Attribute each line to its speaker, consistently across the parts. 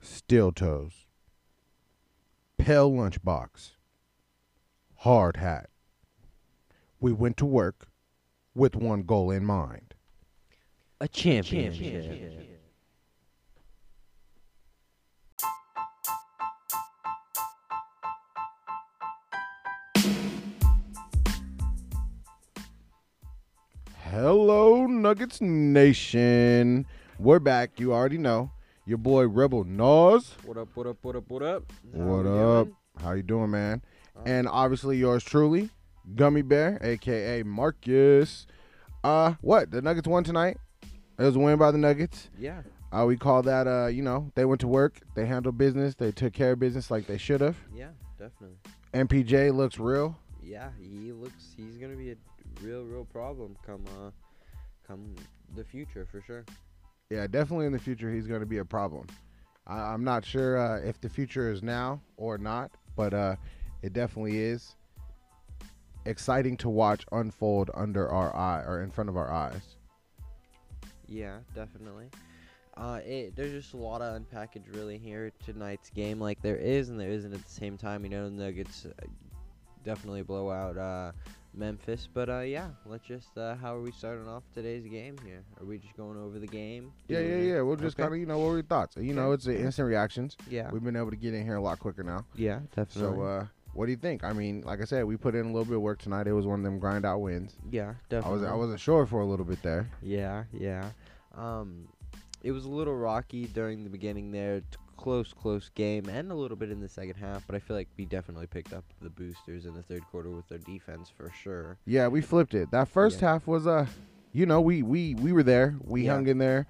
Speaker 1: steel toes, pale lunchbox, hard hat. We went to work with one goal in mind.
Speaker 2: A championship.
Speaker 1: Hello, Nuggets Nation. We're back. You already know. Your boy Rebel Nas.
Speaker 3: What up, what up, what up, what up? How
Speaker 1: What
Speaker 3: we
Speaker 1: up?
Speaker 3: doing?
Speaker 1: How you doing, man? And obviously yours truly, Gummy Bear, aka Marcus. Uh, what? The Nuggets won tonight. It was a win by the Nuggets.
Speaker 3: Yeah.
Speaker 1: Uh, we call that uh, you know, they went to work, they handled business, they took care of business like they should have.
Speaker 3: Yeah, definitely.
Speaker 1: MPJ looks real.
Speaker 3: Yeah, he looks he's gonna be a real, real problem come uh come the future for sure.
Speaker 1: Yeah, definitely in the future he's going to be a problem. I, I'm not sure uh, if the future is now or not, but uh, it definitely is exciting to watch unfold under our eye or in front of our eyes.
Speaker 3: Yeah, definitely. Uh, it, there's just a lot of unpackage really here tonight's game. Like there is and there isn't at the same time. You know, Nuggets uh, definitely blow out uh, Memphis. But uh, yeah, let's just. Uh, how are we starting off today's game here? Are we just going over the game?
Speaker 1: Yeah, yeah, yeah. We'll just
Speaker 3: Okay.
Speaker 1: kind of, you know, what were your thoughts? You know,
Speaker 3: Okay.
Speaker 1: it's the instant reactions.
Speaker 3: Yeah.
Speaker 1: We've been able to get in here a lot quicker now.
Speaker 3: Yeah, definitely.
Speaker 1: So, uh, what do you think? I mean, like I said, we put in a little bit of work tonight. It was one of them grind out wins.
Speaker 3: yeah,
Speaker 1: I was
Speaker 3: definitely.
Speaker 1: I wasn't sure for a little bit there.
Speaker 3: Yeah, yeah. Um, it was a little rocky during the beginning there. t- Close, close game, and a little bit in the second half. But I feel like we definitely picked up the boosters in the third quarter with their defense for sure.
Speaker 1: Yeah, we flipped it. That first
Speaker 3: Oh, Yeah.
Speaker 1: half was uh, you know, we we we were there. We
Speaker 3: Yeah.
Speaker 1: hung in there.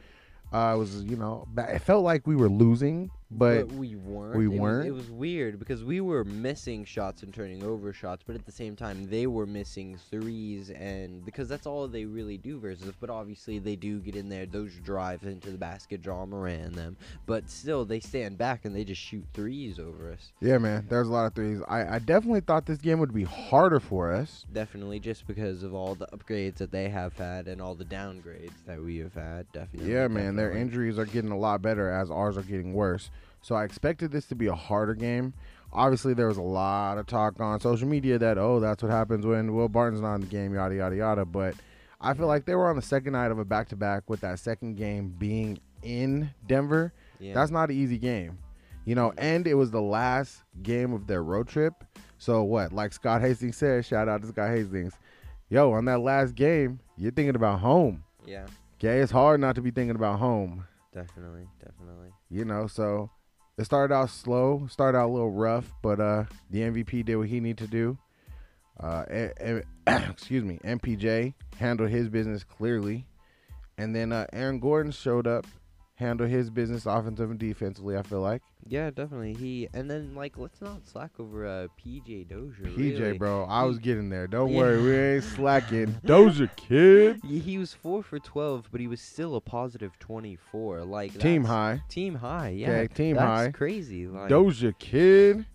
Speaker 1: Uh, it was you know, ba- it felt like we were losing, but
Speaker 3: we weren't.
Speaker 1: we
Speaker 3: It was-
Speaker 1: weren't.
Speaker 3: It was, weird because we were missing shots and turning over shots, but at the same time they were missing threes and because that's all they really do versus. But obviously they do get in there those drives into the basket, draw Moran and them. But still they stand back and they just shoot threes over us.
Speaker 1: yeah, man, there's a lot of threes. I I definitely thought this game would be harder for us.
Speaker 3: Definitely, just because of all the upgrades that they have had and all the downgrades that we have had. Definitely.
Speaker 1: Yeah, man, their
Speaker 3: definitely.
Speaker 1: injuries are getting a lot better as ours are getting worse. So I expected this to be a harder game. Obviously, there was a lot of talk on social media that oh, that's what happens when Will Barton's not in the game, yada yada yada. But I feel like they were on the second night of a back to back with that second game being in Denver.
Speaker 3: Yeah.
Speaker 1: That's not an easy game, you know. And it was the last game of their road trip. So what? Like Scott Hastings said, shout out to Scott Hastings. Yo, on that last game, you're thinking about home.
Speaker 3: yeah,
Speaker 1: Okay, it's hard not to be thinking about home
Speaker 3: definitely, definitely.
Speaker 1: you know so it started out slow started out a little rough but uh the mvp did what he needed to do uh eh, eh, excuse me mpj handled his business clearly and then uh aaron gordon showed up handled his business offensive and defensively i feel like
Speaker 3: Yeah, definitely. He and then like let's not slack over uh, PJ Dozier.
Speaker 1: pj
Speaker 3: really.
Speaker 1: bro i was getting there don't
Speaker 3: Yeah.
Speaker 1: worry we ain't slacking doja kid
Speaker 3: Y- He was four for twelve, but he was still a positive twenty-four. Like
Speaker 1: team
Speaker 3: that's-
Speaker 1: high
Speaker 3: Team high. Yeah.
Speaker 1: Okay, team
Speaker 3: that's
Speaker 1: high.
Speaker 3: Crazy. Like,
Speaker 1: doja kid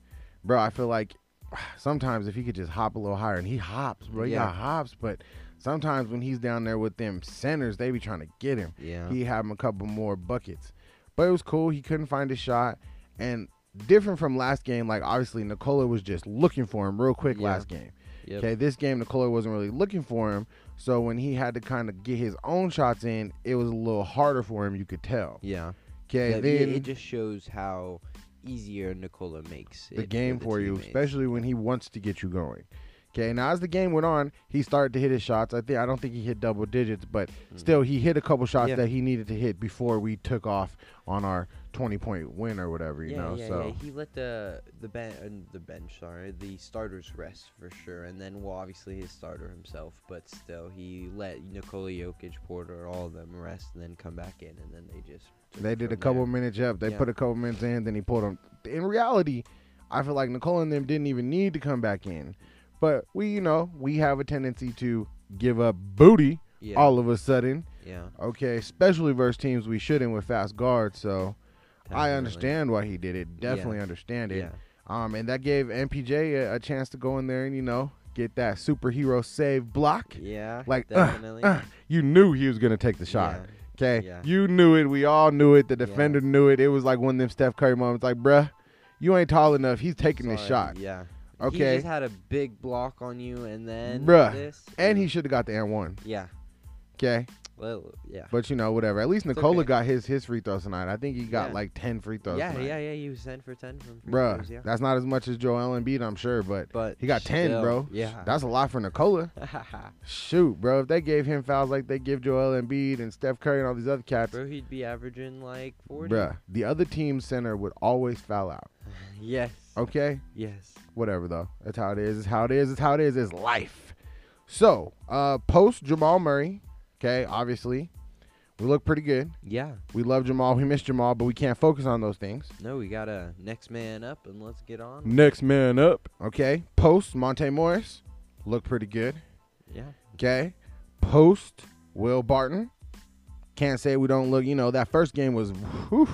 Speaker 1: bro i feel like sometimes if he could just hop a little higher and he hops bro he
Speaker 3: Yeah.
Speaker 1: got hops but sometimes when he's down there with them centers they be trying to get him
Speaker 3: Yeah.
Speaker 1: he had him a couple more buckets but it was cool he couldn't find his shot and different from last game like obviously nicola was just looking for him real quick
Speaker 3: Yeah.
Speaker 1: last game
Speaker 3: Yep.
Speaker 1: okay this game nicola wasn't really looking for him so when he had to kind of get his own shots in it was a little harder for him you could tell
Speaker 3: Yeah.
Speaker 1: okay
Speaker 3: Yeah, it-
Speaker 1: then
Speaker 3: it just shows how easier Nicola makes
Speaker 1: the
Speaker 3: it
Speaker 1: game
Speaker 3: the
Speaker 1: for you,
Speaker 3: teammates.
Speaker 1: especially when he wants to get you going. Okay, now as the game went on, he started to hit his shots. I think I don't think he hit double digits, but still he hit a couple shots
Speaker 3: Mm-hmm. Yeah.
Speaker 1: that he needed to hit before we took off on our twenty point win or whatever, you
Speaker 3: yeah,
Speaker 1: know.
Speaker 3: yeah,
Speaker 1: so
Speaker 3: yeah. He let the the bench the bench, sorry, the starters rest for sure, and then well, obviously his starter himself, but still he let Nikola Jokic, Porter, all of them rest, and then come back in, and then they just took
Speaker 1: they
Speaker 3: it
Speaker 1: did a
Speaker 3: from
Speaker 1: couple
Speaker 3: there.
Speaker 1: minutes up. They
Speaker 3: Yeah.
Speaker 1: put a couple minutes in, then he pulled them. In reality, I feel like Nicole and them didn't even need to come back in, but we, you know, we have a tendency to give up booty
Speaker 3: Yeah,
Speaker 1: all of a sudden.
Speaker 3: yeah.
Speaker 1: Okay, especially versus teams we shouldn't with fast guards. So I
Speaker 3: definitely.
Speaker 1: understand why he did it. Definitely understand it.
Speaker 3: Yeah,
Speaker 1: Um, and that gave MPJ a, a chance to go in there and you know get that superhero save block.
Speaker 3: yeah.
Speaker 1: Like, uh,
Speaker 3: definitely.
Speaker 1: uh, you knew he was gonna take the shot.
Speaker 3: Yeah,
Speaker 1: Okay,
Speaker 3: Yeah.
Speaker 1: you knew it. We all knew it. The
Speaker 3: Yeah.
Speaker 1: defender knew it. It was like one of them Steph Curry moments. Like, bruh, you ain't tall enough. He's taking this
Speaker 3: Sorry,
Speaker 1: shot,
Speaker 3: Yeah. He
Speaker 1: Okay.
Speaker 3: just had a big block on you, and then
Speaker 1: Bruh.
Speaker 3: this,
Speaker 1: and he should have got the and one.
Speaker 3: yeah,
Speaker 1: Okay,
Speaker 3: well, yeah,
Speaker 1: but you know whatever. At least Nicola
Speaker 3: okay.
Speaker 1: got his his free throws tonight. I think he got
Speaker 3: Yeah.
Speaker 1: like ten free throws.
Speaker 3: yeah,
Speaker 1: tonight.
Speaker 3: yeah, yeah. He was ten for ten from free
Speaker 1: Bruh,
Speaker 3: throws, yeah.
Speaker 1: that's not as much as Joel Embiid, I'm sure, but
Speaker 3: But
Speaker 1: he got ten,
Speaker 3: still,
Speaker 1: bro.
Speaker 3: Yeah,
Speaker 1: That's a lot for Nicola. Shoot, bro. If they gave him fouls like they give Joel Embiid and Steph Curry and all these other cats,
Speaker 3: bro, he'd be averaging like forty.
Speaker 1: bruh, the other team's center would always foul out.
Speaker 3: Yes.
Speaker 1: Okay?
Speaker 3: Yes.
Speaker 1: Whatever though. That's how it is. It's how it is. It's how it is. It's life. So, uh post Jamal Murray, okay, obviously. We look pretty good.
Speaker 3: Yeah.
Speaker 1: We love Jamal. We miss Jamal, but we can't focus on those things.
Speaker 3: No, we got a next man up, and let's get on. with
Speaker 1: Next man up. Okay. Post Monte Morris. Look pretty good.
Speaker 3: it. Yeah.
Speaker 1: Okay. Post Will Barton. Can't say we don't look. You know that first game was. whew,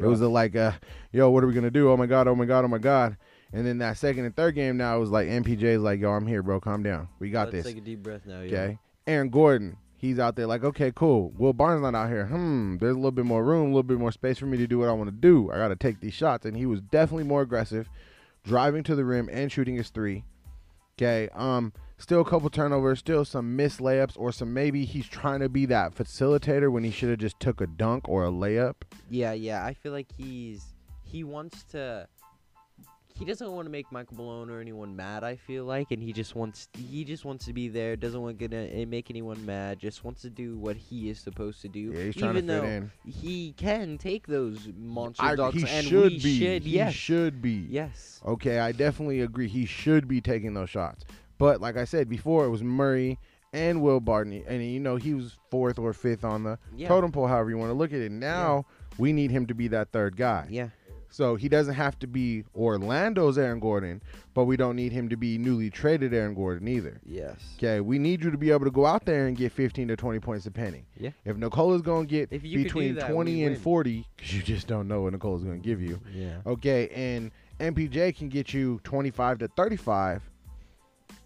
Speaker 1: it was a, like, uh, yo, what are we gonna do? Oh my god! Oh my god! Oh my god! And then that second and third game now it was like MPJ's like, yo, I'm here, bro. Calm down. We got
Speaker 3: let's
Speaker 1: this.
Speaker 3: take a deep breath now. Yeah.
Speaker 1: okay. Aaron Gordon. He's out there like, okay, cool. Will Barton's not out here. Hmm. There's a little bit more room, a little bit more space for me to do what I want to do. I gotta take these shots, and he was definitely more aggressive, driving to the rim and shooting his three. Okay. Um, still a couple turnovers, still some missed layups, or some maybe he's trying to be that facilitator when he should have just took a dunk or a layup.
Speaker 3: Yeah, yeah. I feel like he's he wants to. He doesn't want to make Michael Malone or anyone mad. I feel like, and he just wants he just wants to be there. Doesn't want to gonna- uh, make anyone mad. Just wants to do what he is supposed to do.
Speaker 1: Yeah, he's trying
Speaker 3: even
Speaker 1: to fit
Speaker 3: though
Speaker 1: in.
Speaker 3: he can take those monster
Speaker 1: I-
Speaker 3: dunks,
Speaker 1: he
Speaker 3: and
Speaker 1: should
Speaker 3: we
Speaker 1: be.
Speaker 3: should.
Speaker 1: he
Speaker 3: yes,
Speaker 1: should be.
Speaker 3: yes,
Speaker 1: Okay, I definitely agree. He should be taking those shots. But like I said before, it was Murray and Will Barton, and you know he was fourth or fifth on the
Speaker 3: yeah,
Speaker 1: totem pole, however you want to look at it. Now we need him to be that third guy.
Speaker 3: yeah,
Speaker 1: So he doesn't have to be Orlando's Aaron Gordon, but we don't need him to be newly traded Aaron Gordon either.
Speaker 3: yes.
Speaker 1: Okay, we need you to be able to go out there and get 15 to 20 points a penny.
Speaker 3: Yeah.
Speaker 1: If Nicola's gonna get
Speaker 3: If you could do
Speaker 1: between
Speaker 3: that, we
Speaker 1: 20 and
Speaker 3: win.
Speaker 1: 40, because you just don't know what Nicola's gonna give you.
Speaker 3: Yeah,
Speaker 1: Okay, and MPJ can get you 25 to 35.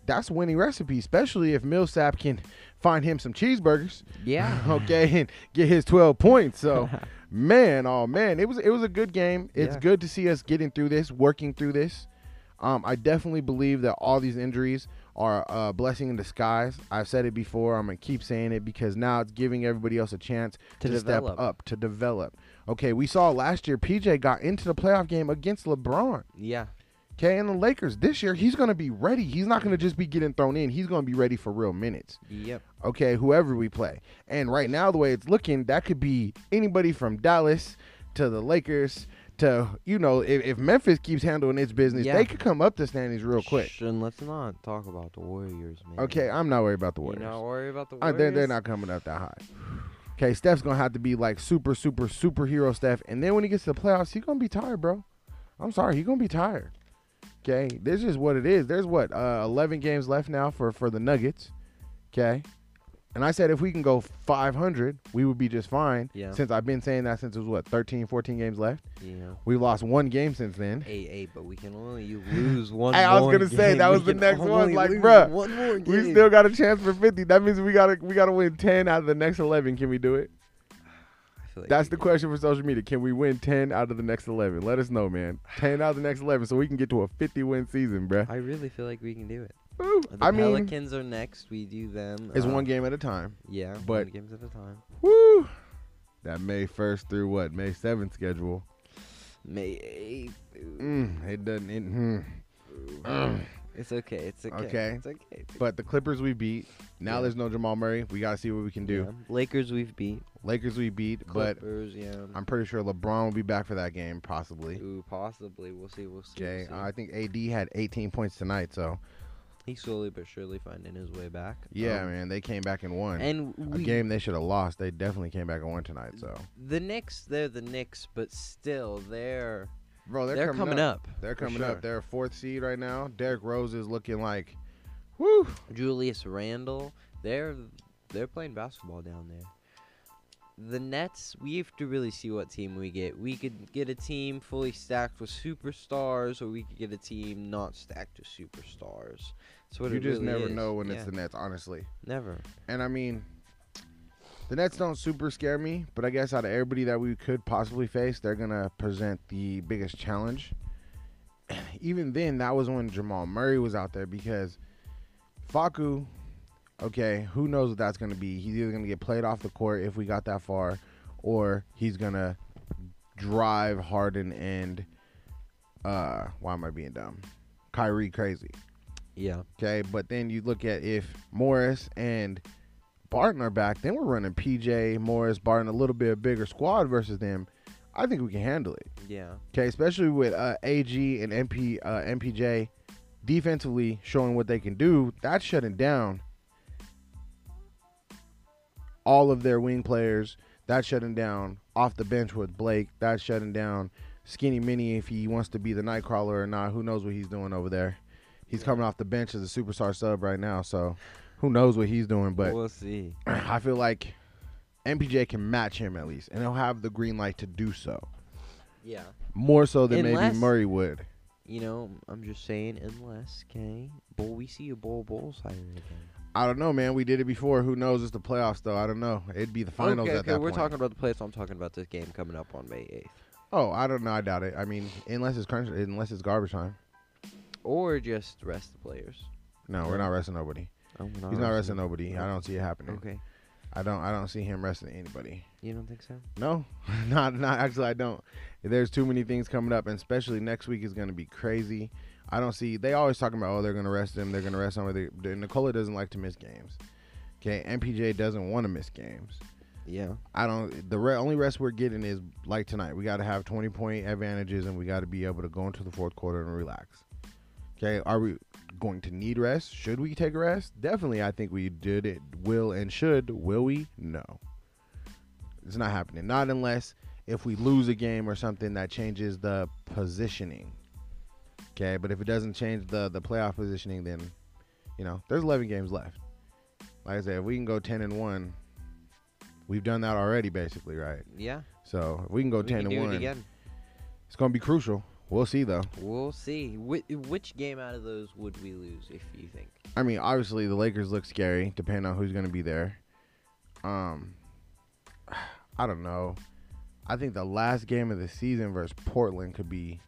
Speaker 1: That's a winning recipe, especially if Millsap can find him some cheeseburgers.
Speaker 3: yeah,
Speaker 1: okay, and get his 12 points. So, man, oh man, it was it was a good game. It's
Speaker 3: Yeah.
Speaker 1: good to see us getting through this, working through this. Um, I definitely believe that all these injuries are a blessing in disguise. I've said it before. I'm gonna keep saying it because now it's giving everybody else a chance
Speaker 3: To
Speaker 1: to, step
Speaker 3: develop.
Speaker 1: up, to develop. Okay, we saw last year PJ got into the playoff game against LeBron.
Speaker 3: yeah,
Speaker 1: Okay, and the Lakers this year he's gonna be ready. He's not gonna just be getting thrown in. He's gonna be ready for real minutes
Speaker 3: yep,
Speaker 1: okay, whoever we play. And right now, the way it's looking, that could be anybody from Dallas to the Lakers to, you know, if, if Memphis keeps handling its business,
Speaker 3: Yeah.
Speaker 1: they could come up the standings real quick.
Speaker 3: Shh, And let's not talk about the Warriors, man.
Speaker 1: Okay, I'm not worried about the Warriors.
Speaker 3: You not worry about the
Speaker 1: Uh,
Speaker 3: Warriors.
Speaker 1: they're, they're not coming up that high. Okay, Steph's going to have to be like super, super, superhero Steph. And then when he gets to the playoffs, he's going to be tired, bro. I'm sorry, he's going to be tired. Okay, this is what it is. There's what, uh, 11 games left now for, for the Nuggets. Okay. And I said if we can go 500, we would be just fine.
Speaker 3: Yeah.
Speaker 1: Since I've been saying that since it was what, 13, 14 games left?
Speaker 3: You know.
Speaker 1: We've lost one game since then.
Speaker 3: Hey, hey, but we can only lose one.
Speaker 1: Hey, I was
Speaker 3: more
Speaker 1: gonna say,
Speaker 3: game.
Speaker 1: that
Speaker 3: We
Speaker 1: was the
Speaker 3: can
Speaker 1: next one,
Speaker 3: only
Speaker 1: like,
Speaker 3: lose
Speaker 1: bruh,
Speaker 3: One more game.
Speaker 1: We still got a chance for 50. That means we got to we got to win 10 out of the next 11. Can we do it?
Speaker 3: I feel like
Speaker 1: That's the
Speaker 3: we
Speaker 1: question for social media. Can we win 10 out of the next 11? Let us know, man. 10 out of the next 11 so we can get to a 50 win season, bruh.
Speaker 3: can- I really feel like we can do it.
Speaker 1: Woo.
Speaker 3: The
Speaker 1: I mean,
Speaker 3: Pelicans are next. We do them.
Speaker 1: it's
Speaker 3: um,
Speaker 1: one game at a time.
Speaker 3: Yeah,
Speaker 1: but-
Speaker 3: one games at a time.
Speaker 1: Woo! That May 1st through what? May 7th schedule.
Speaker 3: May eighth. Ooh,
Speaker 1: Mm, it doesn't. It, mm.
Speaker 3: ooh.
Speaker 1: Mm.
Speaker 3: It's okay. It's okay.
Speaker 1: Okay.
Speaker 3: It's okay. It's
Speaker 1: But the Clippers we beat. Now
Speaker 3: Yeah.
Speaker 1: there's no Jamal Murray. We got to see what we can
Speaker 3: okay.
Speaker 1: do.
Speaker 3: Yeah. Lakers we've beat.
Speaker 1: Lakers we beat, but
Speaker 3: Clippers, yeah.
Speaker 1: I'm pretty sure LeBron will be back for that game, possibly.
Speaker 3: Ooh, possibly. We'll see. We'll see.
Speaker 1: Okay,
Speaker 3: We'll see.
Speaker 1: I think AD had 18 points tonight, so
Speaker 3: He's slowly but surely finding his way back.
Speaker 1: yeah,
Speaker 3: Um,
Speaker 1: man, they came back and won.
Speaker 3: And
Speaker 1: a
Speaker 3: we
Speaker 1: game they should have lost. They definitely came back and won tonight. So,
Speaker 3: The Knicks, they're the Knicks, but still they're
Speaker 1: bro,
Speaker 3: they're, coming, up.
Speaker 1: They're
Speaker 3: for
Speaker 1: coming
Speaker 3: sure.
Speaker 1: up. They're a fourth seed right now. Derrick Rose is looking like, whew.
Speaker 3: Julius Randle, they're they're playing basketball down there. The Nets, we have to really see what team we get. We could get a team fully stacked with superstars, or we could get a team not stacked with superstars. That's what
Speaker 1: you
Speaker 3: it
Speaker 1: just
Speaker 3: really
Speaker 1: never
Speaker 3: is.
Speaker 1: know when it's
Speaker 3: Yeah,
Speaker 1: the Nets, honestly.
Speaker 3: never.
Speaker 1: And I mean, The Nets don't super scare me, but I guess out of everybody that we could possibly face, they're gonna present the biggest challenge. Even then, that was when Jamal Murray was out there because Faku, okay, who knows what that's gonna be? He's either gonna get played off the court if we got that far, or he's gonna drive Harden and uh, why am I being dumb? Kyrie crazy.
Speaker 3: Yeah.
Speaker 1: Okay, but then you look at if Morris and Barton are back, then we're running PJ, Morris, Barton, a little bit bigger squad versus them. I think we can handle it.
Speaker 3: Yeah.
Speaker 1: Okay, especially with uh, AG and MP uh, MPJ defensively showing what they can do. That's shutting down all of their wing players. That's shutting down off the bench with Blake. That's shutting down Skinny Mini if he wants to be the Nightcrawler or not. Who knows what he's doing over there? He's
Speaker 3: Yeah.
Speaker 1: coming off the bench as a superstar sub right now, so who knows what he's doing? But
Speaker 3: we'll see.
Speaker 1: I feel like MPJ can match him at least, and he'll have the green light to do so
Speaker 3: Yeah.
Speaker 1: more so than
Speaker 3: Unless-
Speaker 1: maybe Murray would.
Speaker 3: You know, I'm just saying, unless, okay, bull, we see a bull bull siren again.
Speaker 1: I don't know, man. We did it before. Who knows? It's the playoffs, though. I don't know. It'd be the finals
Speaker 3: okay,
Speaker 1: at
Speaker 3: okay,
Speaker 1: that
Speaker 3: we're
Speaker 1: point.
Speaker 3: talking about the playoffs. I'm talking about this game coming up on May 8th.
Speaker 1: oh, I don't know. I doubt it. I mean, unless it's crunch, unless it's garbage time.
Speaker 3: Or just rest the players.
Speaker 1: No, we're not resting nobody.
Speaker 3: Oh, we're
Speaker 1: He's not resting nobody. I don't see it happening.
Speaker 3: Okay.
Speaker 1: I don't. I don't see him resting anybody.
Speaker 3: You don't think so?
Speaker 1: No, not not actually. I don't. There's too many things coming up, and especially next week is going to be crazy. I don't see. They always talking about oh they're going to rest him. They're going to rest somebody. They- Nicola doesn't like to miss games. Okay, MPJ doesn't want to miss games.
Speaker 3: Yeah.
Speaker 1: I don't. The re- only rest we're getting is like tonight. We got to have twenty point advantages, and we got to be able to go into the fourth quarter and relax. Okay, are we going to need rest? Should we take a rest? Definitely, I think we did it. Will and should will we? No, it's not happening. Not unless if we lose a game or something that changes the positioning. Okay, but if it doesn't change the the playoff positioning, then you know there's eleven games left. Like I said, if we can go ten and one, we've done that already, basically, right?
Speaker 3: Yeah.
Speaker 1: So if we can go
Speaker 3: we
Speaker 1: ten
Speaker 3: can
Speaker 1: and
Speaker 3: do
Speaker 1: one,
Speaker 3: it again.
Speaker 1: it's gonna be crucial. We'll see though.
Speaker 3: We'll see. Whi which game out of those would we lose, if you think?
Speaker 1: I mean, obviously the Lakers look scary, depending on who's gonna be there. Um, I don't know. I think the last game of the season versus Portland could be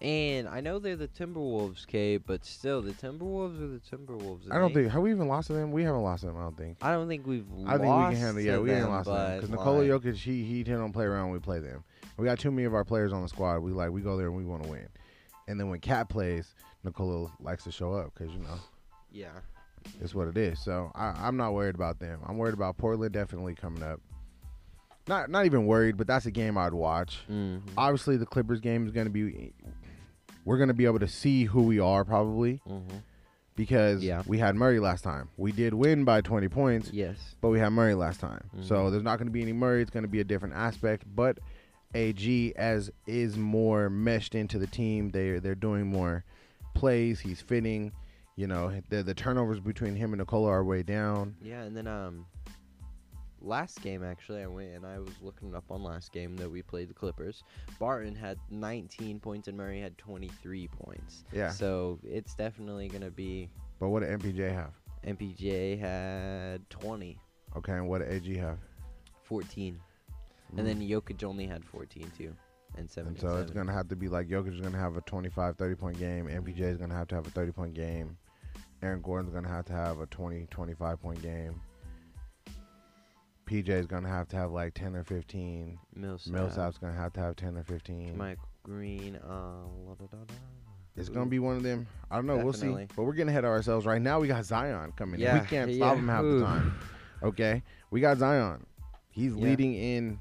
Speaker 3: And I know they're the Timberwolves, K, but still, the Timberwolves are the Timberwolves. and
Speaker 1: I don't
Speaker 3: they-
Speaker 1: think have we even lost to them. We haven't lost to them. I don't think.
Speaker 3: I don't think we've.
Speaker 1: I think we
Speaker 3: lost
Speaker 1: can handle.
Speaker 3: To
Speaker 1: Yeah, we
Speaker 3: them,
Speaker 1: ain't lost to them because
Speaker 3: because
Speaker 1: Nikola Jokic he he tend don't play around. when We play them. We got too many of our players on the squad. We like we go there and we want to win. And then when Cat plays, Nikola likes to show up because you know
Speaker 3: Yeah.
Speaker 1: it's what it is. So I, I'm not worried about them. I'm worried about Portland definitely coming up. Not not even worried, but that's a game I'd watch.
Speaker 3: Mm.
Speaker 1: Obviously, the Clippers game is going to be. We're going to be able to see who we are probably
Speaker 3: hmm
Speaker 1: because
Speaker 3: Yeah.
Speaker 1: we had Murray last time. We did win by 20 points,
Speaker 3: Yes.
Speaker 1: but we had Murray last time. So
Speaker 3: Mhm.
Speaker 1: there's not going to be any Murray. It's going to be a different aspect, but AG as is more meshed into the team. They they're doing more plays. He's fitting. You know, the the turnovers between him and Nicola are way down.
Speaker 3: Yeah, and then um, last game actually, I went and I was looking up on last game that we played the Clippers. Barton had 19 points and Murray had 23 points.
Speaker 1: Yeah.
Speaker 3: So it's definitely gonna be
Speaker 1: But what did MPJ have?
Speaker 3: MPJ had 20,
Speaker 1: Okay, and what did AG have?
Speaker 3: 14, and then Jokic only had 14 too, and seven.
Speaker 1: Mm. And so it's going to have to be like Jokic is going to have a 25, 30 point game. MPJ is going to have to have a 30 point game. Aaron Gordon's going to have to have a 20, 25 point game. PJ is going to have to have like 10 or 15.
Speaker 3: Millsap,
Speaker 1: Millsap's going to have to have 10 or 15.
Speaker 3: Mike Green. Uh, la da da da.
Speaker 1: It's going to be one of them. I don't know. We'll see.
Speaker 3: Definitely.
Speaker 1: But we're getting ahead of ourselves right now. We got Zion coming in.
Speaker 3: Yeah,
Speaker 1: We can't
Speaker 3: yeah.
Speaker 1: stop him half the
Speaker 3: Ooh.
Speaker 1: time. Okay? We got Zion. He's
Speaker 3: Yeah.
Speaker 1: leading in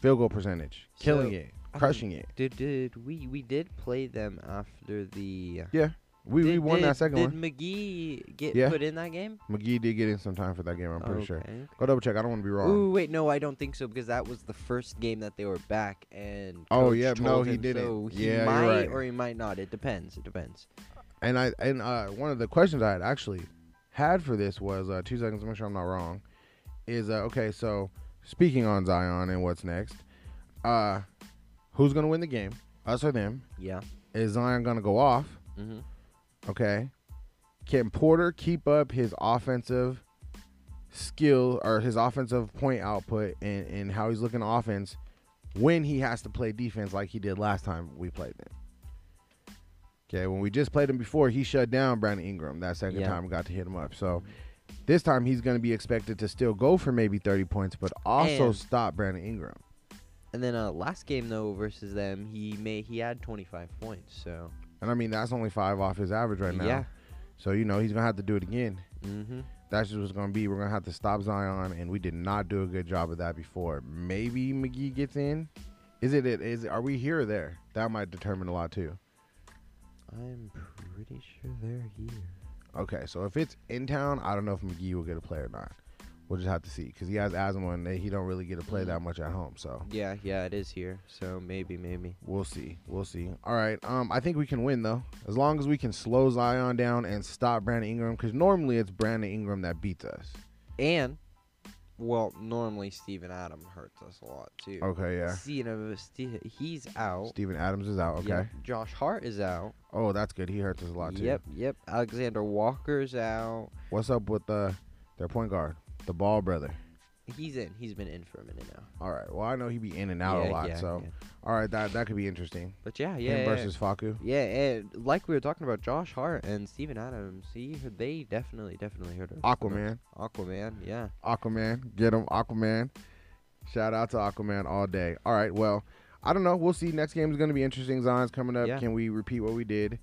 Speaker 1: field goal percentage, killing
Speaker 3: So,
Speaker 1: it,
Speaker 3: I
Speaker 1: crushing it.
Speaker 3: Did did we we did play them after the
Speaker 1: We, we
Speaker 3: Did-
Speaker 1: won that
Speaker 3: did-
Speaker 1: second one.
Speaker 3: Did McGee get
Speaker 1: Yeah.
Speaker 3: put in that game?
Speaker 1: McGee did get in some time for that game. I'm pretty sure.
Speaker 3: Okay.
Speaker 1: Go double check. I don't want to be wrong.
Speaker 3: Ooh, wait, no, I don't think so because that was the first game that they were back and.
Speaker 1: Oh,
Speaker 3: coach
Speaker 1: yeah,
Speaker 3: told
Speaker 1: no, he
Speaker 3: him,
Speaker 1: didn't.
Speaker 3: So he
Speaker 1: Yeah, you're
Speaker 3: might
Speaker 1: right.
Speaker 3: or he might not. It depends. It depends.
Speaker 1: And I and uh, one of the questions I had actually had for this was uh, two seconds. to Make sure I'm not wrong. Is uh, okay. So speaking on Zion and what's next, uh, who's gonna win the game? Us or them?
Speaker 3: Yeah.
Speaker 1: Is Zion gonna go off?
Speaker 3: Mm-hmm.
Speaker 1: Okay. Can Porter keep up his offensive skill or his offensive point output and, and how he's looking offense when he has to play defense like he did last time we played him. Okay, when we just played him before, he shut down Brandon Ingram that second
Speaker 3: Yeah.
Speaker 1: time we got to hit him up. So this time he's going to be expected to still go for maybe 30 points, but also
Speaker 3: And-
Speaker 1: stop Brandon Ingram.
Speaker 3: And then uh, last game though versus them, he may he had 25 points. So
Speaker 1: And I mean, that's only five off his average right now.
Speaker 3: yeah,
Speaker 1: So, you know, he's going to have to do it again.
Speaker 3: mm-hmm.
Speaker 1: That's just what's going to be. We're going to have to stop Zion, and we did not do a good job of that before. Maybe McGee gets in. Is it? it- Is are we here or there? That might determine a lot too.
Speaker 3: I'm pretty sure they're here.
Speaker 1: Okay, so if it's in town, I don't know if McGee will get a play or not. We'll just have to see because he has asthma and they- he don't really get to play that much at home. So
Speaker 3: Yeah, yeah, it is here. So maybe, maybe.
Speaker 1: we'll see. We'll see. All right. Um, I think we can win though, as long as we can slow Zion down and stop Brandon Ingram because normally it's Brandon Ingram that beats us.
Speaker 3: And well, normally Steven Adam hurts us a lot too.
Speaker 1: Okay, Oh, yeah.
Speaker 3: Steven Adam- Ste- he's out.
Speaker 1: Steven Adams is out. Okay.
Speaker 3: Yep, Josh Hart is out.
Speaker 1: Oh, that's good. He hurts us a lot too.
Speaker 3: Yep, yep. Alexander Walker's out.
Speaker 1: What's up with uh, their point guard, the ball brother?
Speaker 3: He's in. He's been in for a minute now.
Speaker 1: All right. Well, I know he be in and out a
Speaker 3: Yeah,
Speaker 1: lot.
Speaker 3: yeah,
Speaker 1: so,
Speaker 3: yeah.
Speaker 1: all right, that that could be interesting.
Speaker 3: But yeah, yeah.
Speaker 1: Him
Speaker 3: yeah.
Speaker 1: versus Faku.
Speaker 3: Yeah, and like we were talking about Josh Hart and Steven Adams, he they definitely definitely heard of
Speaker 1: Aquaman.
Speaker 3: Aquaman, yeah.
Speaker 1: Aquaman. Get him, Aquaman. Shout out to Aquaman all day. All right. Well, I don't know. We'll see. Next game is going to be interesting. Zion's coming up.
Speaker 3: Yeah.
Speaker 1: Can we repeat what we did?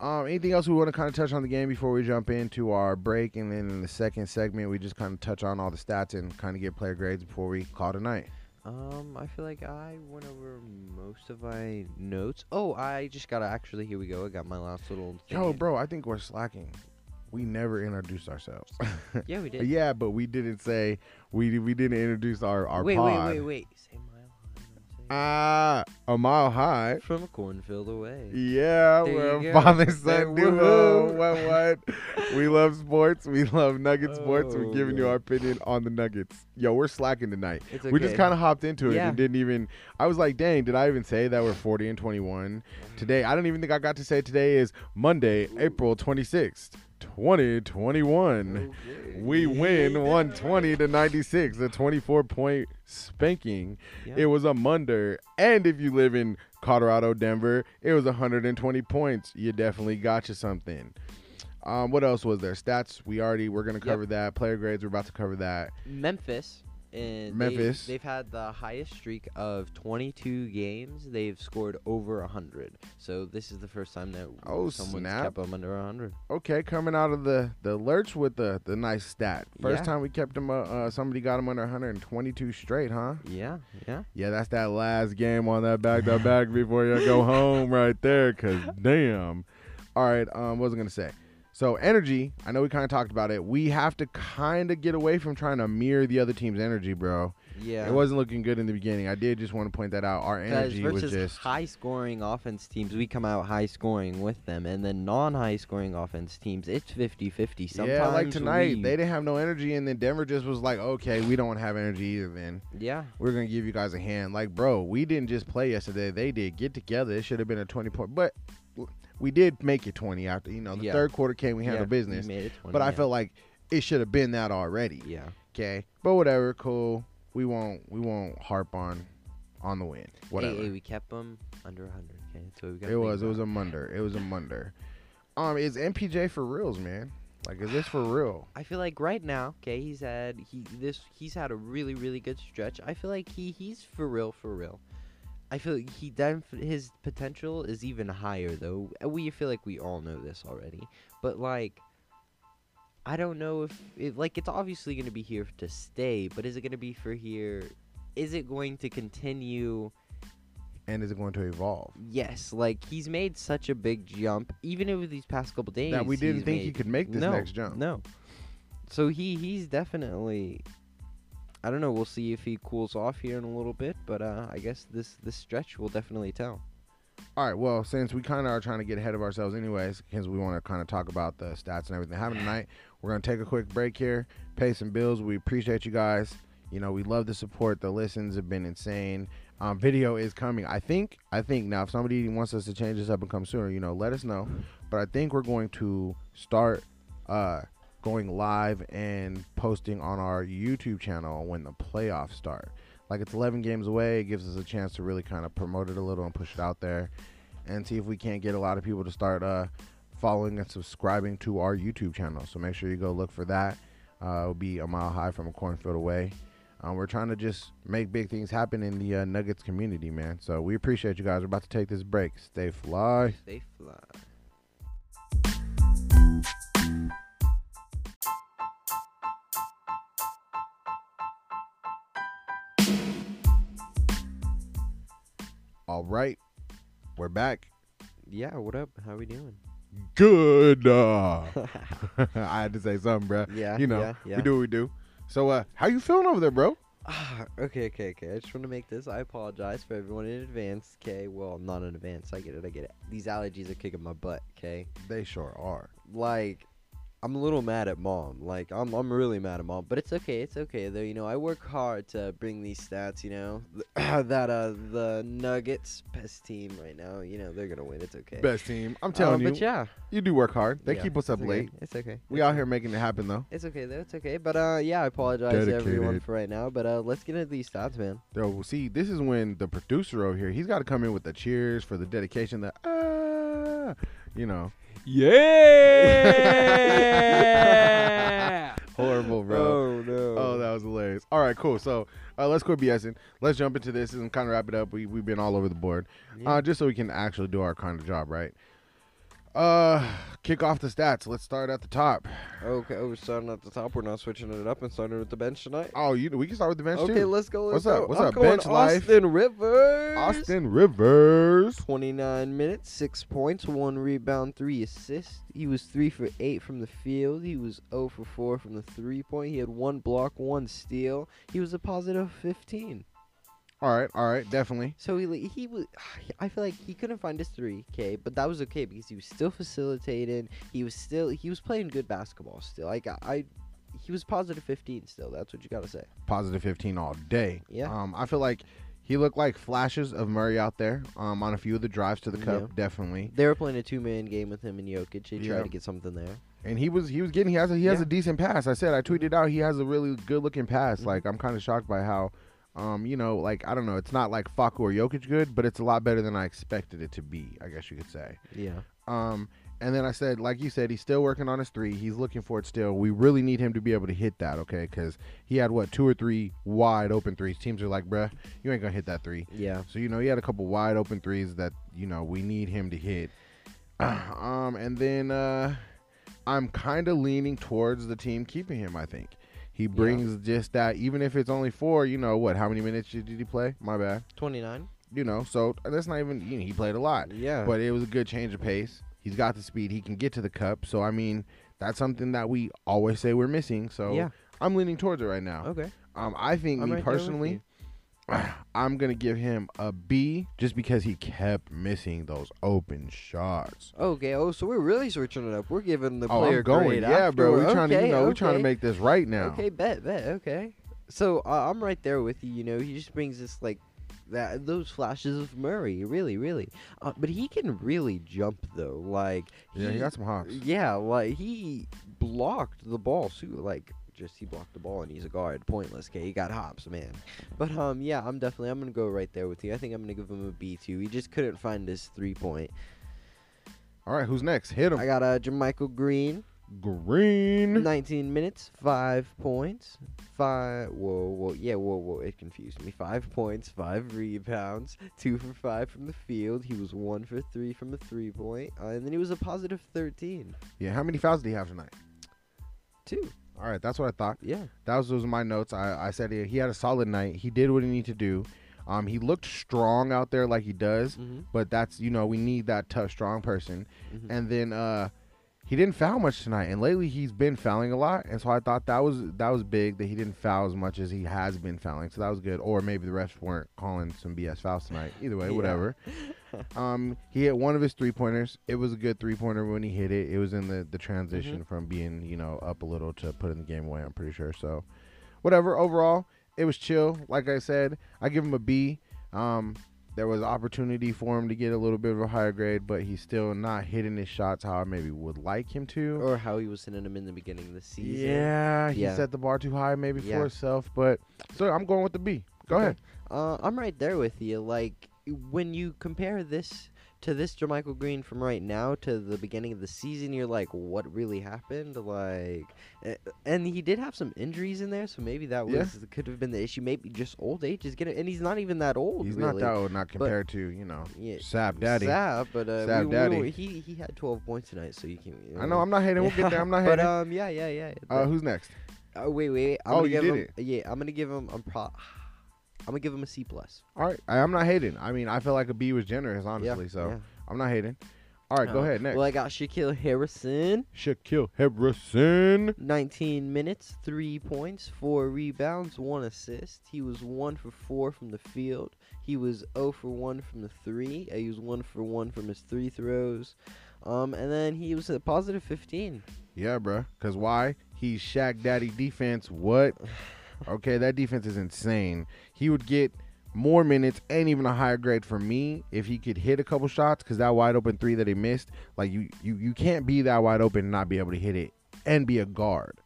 Speaker 1: Um, anything else we want to kind of touch on the game before we jump into our break, and then in the second segment we just kind of touch on all the stats and kind of get player grades before we call tonight.
Speaker 3: Um, I feel like I went over most of my notes. Oh, I just gotta actually here we go. I got my last little. Thing
Speaker 1: Yo,
Speaker 3: in.
Speaker 1: bro, I think we're slacking. We never introduced ourselves.
Speaker 3: Yeah, we did.
Speaker 1: yeah, but we didn't say we we didn't introduce our our
Speaker 3: wait,
Speaker 1: pod.
Speaker 3: wait, wait, wait. Say mile high. and say-
Speaker 1: Ah, a mile high.
Speaker 3: From a cornfield away.
Speaker 1: Yeah,
Speaker 3: There
Speaker 1: we're
Speaker 3: you
Speaker 1: a
Speaker 3: go.
Speaker 1: father son
Speaker 3: There-
Speaker 1: duo.
Speaker 3: woohoo.
Speaker 1: What what? we love sports. We love Nugget sports. We're
Speaker 3: Oh,
Speaker 1: giving you
Speaker 3: yeah.
Speaker 1: our opinion on the Nuggets. Yo, we're slacking tonight.
Speaker 3: It's
Speaker 1: We just
Speaker 3: okay.
Speaker 1: kind of hopped into it
Speaker 3: Yeah.
Speaker 1: and didn't even. I was like, dang, did I even say that we're 40 and 21 today? I don't even think I got to say today is Monday, April 26th, 2021.
Speaker 3: Okay.
Speaker 1: We win 120 to 96, a 24 point spanking.
Speaker 3: Yeah.
Speaker 1: It was a Munder. And if you live in Colorado, Denver, it was 120 points. You definitely got you something. Um, what else was there? Stats. We already we're gonna cover that. Player grades. We're about to cover that.
Speaker 3: Memphis. And
Speaker 1: Memphis.
Speaker 3: They, have had the highest streak of 22 games. They've scored over 100. So this is the first time that
Speaker 1: Oh,
Speaker 3: someone's
Speaker 1: snap.
Speaker 3: kept them under 100.
Speaker 1: Okay, coming out of the the lurch with the the nice stat. First
Speaker 3: Yeah.
Speaker 1: time we kept him. Uh, uh, somebody got him under 122 straight, huh?
Speaker 3: Yeah, yeah.
Speaker 1: Yeah, that's that last game on that back to back before you go home right there. Cause damn. All right. Um, what was I gonna say? So energy. I know we kind of talked about it. We have to kind of get away from trying to mirror the other team's energy, bro.
Speaker 3: Yeah.
Speaker 1: It wasn't looking good in the beginning. I did just want to point that out. Our
Speaker 3: Because
Speaker 1: energy was
Speaker 3: versus
Speaker 1: just
Speaker 3: high scoring offense teams, we come out high scoring with them. And then non high scoring offense teams, it's 50 50. Sometimes
Speaker 1: yeah. Like tonight,
Speaker 3: we-
Speaker 1: they didn't have no energy, and then Denver just was like, okay, we don't have energy either. Then
Speaker 3: Yeah.
Speaker 1: we're gonna give you guys a hand. Like, bro, we didn't just play yesterday. They did get together. It should have been a twenty point, but we did make it twenty after. You know, the
Speaker 3: Yeah.
Speaker 1: third quarter came. We handled
Speaker 3: yeah,
Speaker 1: business,
Speaker 3: made it 20,
Speaker 1: but I
Speaker 3: yeah.
Speaker 1: felt like it should have been that already.
Speaker 3: Yeah.
Speaker 1: Okay, but whatever. Cool. We won't. We won't harp on on the win. Whatever.
Speaker 3: Hey, hey, we kept them under 100. Okay. So we got
Speaker 1: it was. It was a munder. It was a munder. Um, is MPJ for reals, man? Like, is this for real?
Speaker 3: I feel like right now, okay, he's had he this he's had a really really good stretch. I feel like he he's for real for real. I feel like he def- his potential is even higher though. Uh, We feel like we all know this already, but like I don't know if it, like it's obviously going to be here to stay, but is it going to be for here? Is it going to continue?
Speaker 1: And is it going to evolve?
Speaker 3: Yes, like he's made such a big jump, even over these past couple days.
Speaker 1: That we didn't
Speaker 3: he's
Speaker 1: think he
Speaker 3: made-
Speaker 1: could make this
Speaker 3: no,
Speaker 1: next jump.
Speaker 3: No. So he he's definitely. I don't know. We'll see if he cools off here in a little bit, but uh, I guess this this stretch will definitely tell.
Speaker 1: All right. Well, since we kind of are trying to get ahead of ourselves, anyways, because we want to kind of talk about the stats and everything happening tonight, we're gonna take a quick break here, pay some bills. We appreciate you guys. You know, we love the support. The listens have been insane. Um, video is coming. I think. I think now, if somebody wants us to change this up and come sooner, you know, let us know. But I think we're going to start uh, going live and posting on our YouTube channel when the playoffs start. Like it's 11 games away, it gives us a chance to really kind of promote it a little and push it out there, and see if we can't get a lot of people to start uh, following and subscribing to our YouTube channel. So make sure you go look for that. Uh, it'll be a mile high from a cornfield away. Um, we're trying to just make big things happen in the uh, Nuggets community, man. So we appreciate you guys. We're about to take this break. Stay fly.
Speaker 3: They fly.
Speaker 1: All right, we're back.
Speaker 3: Yeah, what up? How we doing?
Speaker 1: Good. Uh, I had to say something, bro.
Speaker 3: yeah,
Speaker 1: You know,
Speaker 3: yeah, yeah.
Speaker 1: we do what we do. So, uh, how you feeling over there, bro?
Speaker 3: Ah, okay, okay, okay. I just want to make this. I apologize for everyone in advance. Okay, well, not in advance. I get it. I get it. These allergies are kicking my butt. Okay,
Speaker 1: They sure are.
Speaker 3: like I'm a little mad at mom. Like I'm, I'm really mad at mom. But it's okay. It's okay though. You know, I work hard to bring these stats. You know, that uh, the Nuggets best team right now. You know, they're gonna win. It's okay.
Speaker 1: Best team. I'm
Speaker 3: Um,
Speaker 1: telling you,
Speaker 3: But yeah,
Speaker 1: you do work hard. They
Speaker 3: yeah,
Speaker 1: keep us up
Speaker 3: it's okay,
Speaker 1: late.
Speaker 3: It's okay.
Speaker 1: We
Speaker 3: it's
Speaker 1: out here making it happen, though.
Speaker 3: It's okay though. It's okay. But uh, yeah, I apologize to everyone
Speaker 1: Dedicated.
Speaker 3: for right now. But uh, let's get into these stats, man.
Speaker 1: Yo, see, this is when the producer over here, he's got to come in with the cheers for the dedication, the ah, you know,
Speaker 2: Yeah.
Speaker 1: horrible, bro.
Speaker 3: Oh no.
Speaker 1: Oh, that was hilarious. All right, cool. So uh, let's quit BSing. Let's jump into this and kind of wrap it up. We, we've been all over the board
Speaker 3: Yeah.
Speaker 1: uh, just so we can actually do our kind of job, right? Uh, kick off the stats. Let's start at the top.
Speaker 3: Okay, oh, we're starting at the top. We're not switching it up and starting with the bench tonight.
Speaker 1: Oh, you we can start with the bench
Speaker 3: Okay,
Speaker 1: too.
Speaker 3: let's go.
Speaker 1: What's
Speaker 3: Let's
Speaker 1: up?
Speaker 3: go.
Speaker 1: What's
Speaker 3: I'm
Speaker 1: up?
Speaker 3: going
Speaker 1: Bench life.
Speaker 3: Austin Rivers.
Speaker 1: Austin Rivers.
Speaker 3: 29 minutes, 6 points, 1 rebound, 3 assists. He was 3 for 8 from the field. He was 0 for 4 from the 3 point. He had 1 block, 1 steal. He was a positive 15.
Speaker 1: All right, all right, definitely.
Speaker 3: So he he was. I feel like he couldn't find his three. Okay, but that was okay because he was still facilitating. He was still he was playing good basketball still. Like I, I he was positive 15 still. That's what you gotta say.
Speaker 1: Positive 15 all day.
Speaker 3: Yeah.
Speaker 1: Um, I feel like he looked like flashes of Murray out there um, on a few of the drives to the cup,
Speaker 3: Yeah.
Speaker 1: definitely.
Speaker 3: They were playing a two man game with him and Jokic. They
Speaker 1: Yeah.
Speaker 3: tried to get something there.
Speaker 1: And he was he was getting he has a, he has
Speaker 3: Yeah. Mm-hmm.
Speaker 1: a decent pass. I said I tweeted out he has a really good looking pass. Like I'm kind of shocked by how, um, you know, like I don't know, it's not like Faku or Jokic good, but it's a lot better than I expected it to be. I guess you could say.
Speaker 3: Yeah.
Speaker 1: Um, and then I said, like you said, he's still working on his three. He's looking for it still. We really need him to be able to hit that, okay? Because he had what two or three wide open threes. Teams are like, bruh, you ain't gonna hit that three.
Speaker 3: Yeah.
Speaker 1: So you know, he had a couple wide open threes that you know we need him to hit. um, and then uh, I'm kind of leaning towards the team keeping him. I think he brings just that, even if it's only four. You know what? How many minutes did did he play? My bad.
Speaker 3: 29.
Speaker 1: You know, so uh, that's not even. You know, he played a lot
Speaker 3: Yeah.
Speaker 1: but it was a good change of pace. He's got the speed. He can get to the cup. So I mean, that's something that we always say we're missing. So
Speaker 3: Yeah. Oh,
Speaker 1: I'm leaning towards it right now.
Speaker 3: okay.
Speaker 1: Um, I think
Speaker 3: I'm
Speaker 1: me
Speaker 3: right there with
Speaker 1: personally, I'm gonna give him a B just because he kept missing those open shots.
Speaker 3: Okay. Oh, so we're really switching it up. We're giving the
Speaker 1: Oh,
Speaker 3: player
Speaker 1: I'm going.
Speaker 3: grade
Speaker 1: Yeah, bro.
Speaker 3: afterward.
Speaker 1: We're trying to,
Speaker 3: Okay,
Speaker 1: you know, we're trying to
Speaker 3: okay.
Speaker 1: make this right now.
Speaker 3: Okay, bet, bet. Okay. So uh, I'm right there with you. You know, he just brings this like that those flashes of Murray, really, really. Uh, but he can really jump though. Like
Speaker 1: Yeah, he got some hops.
Speaker 3: yeah, like he blocked the ball too. Like just he blocked the ball and he's a guard. Pointless. Okay, he got hops, man. But um, yeah, I'm definitely I'm gonna go right there with you. I think I'm gonna give him a B too. He just couldn't find his three point.
Speaker 1: All right, who's next? Hit him.
Speaker 3: I got uh Jermichael Green.
Speaker 1: Green.
Speaker 3: 19 minutes, five points, five. Whoa, whoa, yeah, whoa, whoa. It confused me. Five points, five rebounds, two for five from the field. He was one for three from the three point, uh, and then he was a positive 13.
Speaker 1: Yeah, how many fouls did he have tonight?
Speaker 3: Two.
Speaker 1: All right, that's what I thought.
Speaker 3: Yeah.
Speaker 1: That was, those were my notes. I, I said he he had a solid night. He did what he needed to do. Um, he looked strong out there like he does,
Speaker 3: Mm-hmm.
Speaker 1: but that's you know we need that tough, strong person.
Speaker 3: Mhm.
Speaker 1: And then uh, he didn't foul much tonight, and lately he's been fouling a lot, and so I thought that was that was big that he didn't foul as much as he has been fouling. So that was good, or maybe the refs weren't calling some BS fouls tonight. Either way,
Speaker 3: Yeah.
Speaker 1: whatever. um, he hit one of his three pointers. It was a good three pointer when he hit it. It was in the the transition
Speaker 3: Mm-hmm.
Speaker 1: from being you know up a little to putting the game away. I'm pretty sure. So, whatever. Overall, it was chill. Like I said, I give him a B. Um, There was opportunity for him to get a little bit of a higher grade, but he's still not hitting his shots how I maybe would like him to.
Speaker 3: or how he was sending him in the beginning of the season.
Speaker 1: Yeah, he
Speaker 3: Yeah.
Speaker 1: set the bar too high maybe
Speaker 3: Yeah.
Speaker 1: for himself, but so I'm going with the B. Go
Speaker 3: Okay.
Speaker 1: ahead.
Speaker 3: Uh, I'm right there with you. Like when you compare this to this Jermichael Green from right now to the beginning of the season, you're like, what really happened? Like, eh, and he did have some injuries in there, so maybe that was
Speaker 1: Yeah.
Speaker 3: could have been the issue. Maybe just old age is getting, and he's not even that old.
Speaker 1: He's not
Speaker 3: really.
Speaker 1: that old, not compared to, you know,
Speaker 3: Yeah.
Speaker 1: Sab Daddy.
Speaker 3: Sad, but uh,
Speaker 1: Sad
Speaker 3: we- we
Speaker 1: daddy.
Speaker 3: were- he he had 12 points tonight, so you can.
Speaker 1: I know, I'm not hating. We'll get there. I'm not
Speaker 3: but
Speaker 1: hating. Uh,
Speaker 3: um, yeah, yeah, yeah.
Speaker 1: who's next?
Speaker 3: Uh, wait, wait, wait. I'm
Speaker 1: Oh,
Speaker 3: gonna
Speaker 1: you
Speaker 3: give
Speaker 1: did
Speaker 3: him, Yeah, I'm gonna give him. I'm pro. I'm gonna give him a C plus.
Speaker 1: All right, I, I'm not hating. I mean, I feel like a B was generous, honestly. so
Speaker 3: yeah.
Speaker 1: I'm not hating. All right, go
Speaker 3: Uh,
Speaker 1: ahead next.
Speaker 3: Well, I got Shaquille Harrison,
Speaker 1: Shaquille Harrison.
Speaker 3: 19 minutes, three points, four rebounds, one assist. He was one for four from the field. He was 0 for one from the three. Uh, He was one for one from his three throws. Um, and then he was a positive 15.
Speaker 1: Yeah, bruh. Cause why? He's Shaq Daddy defense. What? Okay, that defense is insane. He would get more minutes and even a higher grade for me if he could hit a couple shots. Cause that wide open three that he missed, like you, you, you can't be that wide open and not be able to hit it and be a guard.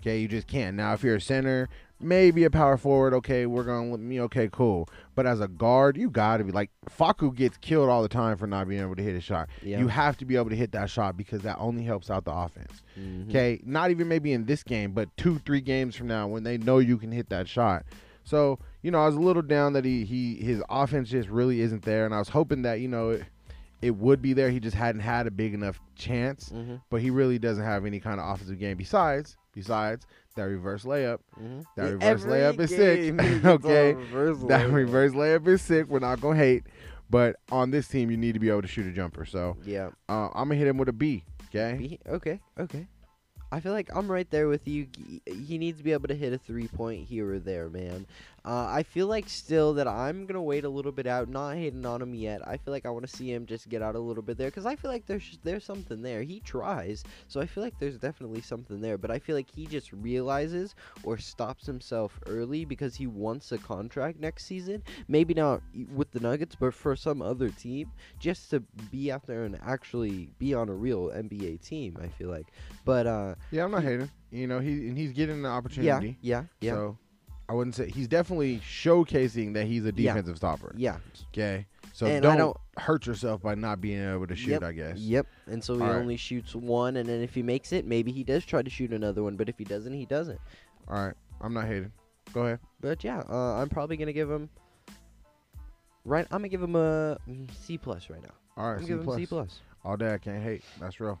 Speaker 1: Okay, you just can't. Now, if you're a center, maybe a power forward. Okay, we're gonna let me. Okay, cool. But as a guard, you gotta be like Faku gets killed all the time for not being able to hit a shot.
Speaker 3: Yeah.
Speaker 1: You have to be able to hit that shot because that only helps out the offense.
Speaker 3: Mm-hmm.
Speaker 1: Okay, not even maybe in this game, but two, three games from now when they know you can hit that shot. So you know, I was a little down that he he his offense just really isn't there, and I was hoping that you know it, it would be there. He just hadn't had a big enough chance,
Speaker 3: Mm-hmm.
Speaker 1: but he really doesn't have any kind of offensive game besides besides that reverse layup.
Speaker 3: Mm-hmm.
Speaker 1: That reverse layup is sick. okay, that reverse layup is sick. We're not gonna hate, but on this team you need to be able to shoot a jumper. So
Speaker 3: Yeah.
Speaker 1: uh, I'm gonna hit him with a B. Okay.
Speaker 3: Be- okay, okay. I feel like I'm right there with you. G- He needs to be able to hit a three point here or there, man. Uh, I feel like still that I'm gonna wait a little bit out, not hitting on him yet. I feel like I want to see him just get out a little bit there because I feel like there's there's something there. He tries, so I feel like there's definitely something there. But I feel like he just realizes or stops himself early because he wants a contract next season. Maybe not e, with the Nuggets, but for some other team just to be out there and actually be on a real NBA team. I feel like, but uh,
Speaker 1: Yeah, I'm not hating. You know, he and he's getting an
Speaker 3: yeah,
Speaker 1: opportunity.
Speaker 3: yeah, yeah,
Speaker 1: So I wouldn't say he's definitely showcasing that he's a
Speaker 3: Yeah.
Speaker 1: defensive stopper.
Speaker 3: yeah.
Speaker 1: Okay. So
Speaker 3: And I
Speaker 1: don't,
Speaker 3: don't-
Speaker 1: hurt yourself by not being able to shoot,
Speaker 3: Yep,
Speaker 1: I guess.
Speaker 3: Yep. And so he
Speaker 1: Alright.
Speaker 3: only shoots one, and then if he makes it, maybe he does try to shoot another one. But if he doesn't, he doesn't.
Speaker 1: All right. I'm not hating. Go ahead.
Speaker 3: But yeah, uh, I'm probably gonna give him. Right, I'm gonna give him a mm, C plus right now.
Speaker 1: All right.
Speaker 3: I'm
Speaker 1: C
Speaker 3: giving him
Speaker 1: plus.
Speaker 3: C plus.
Speaker 1: All day I can't hate. That's real.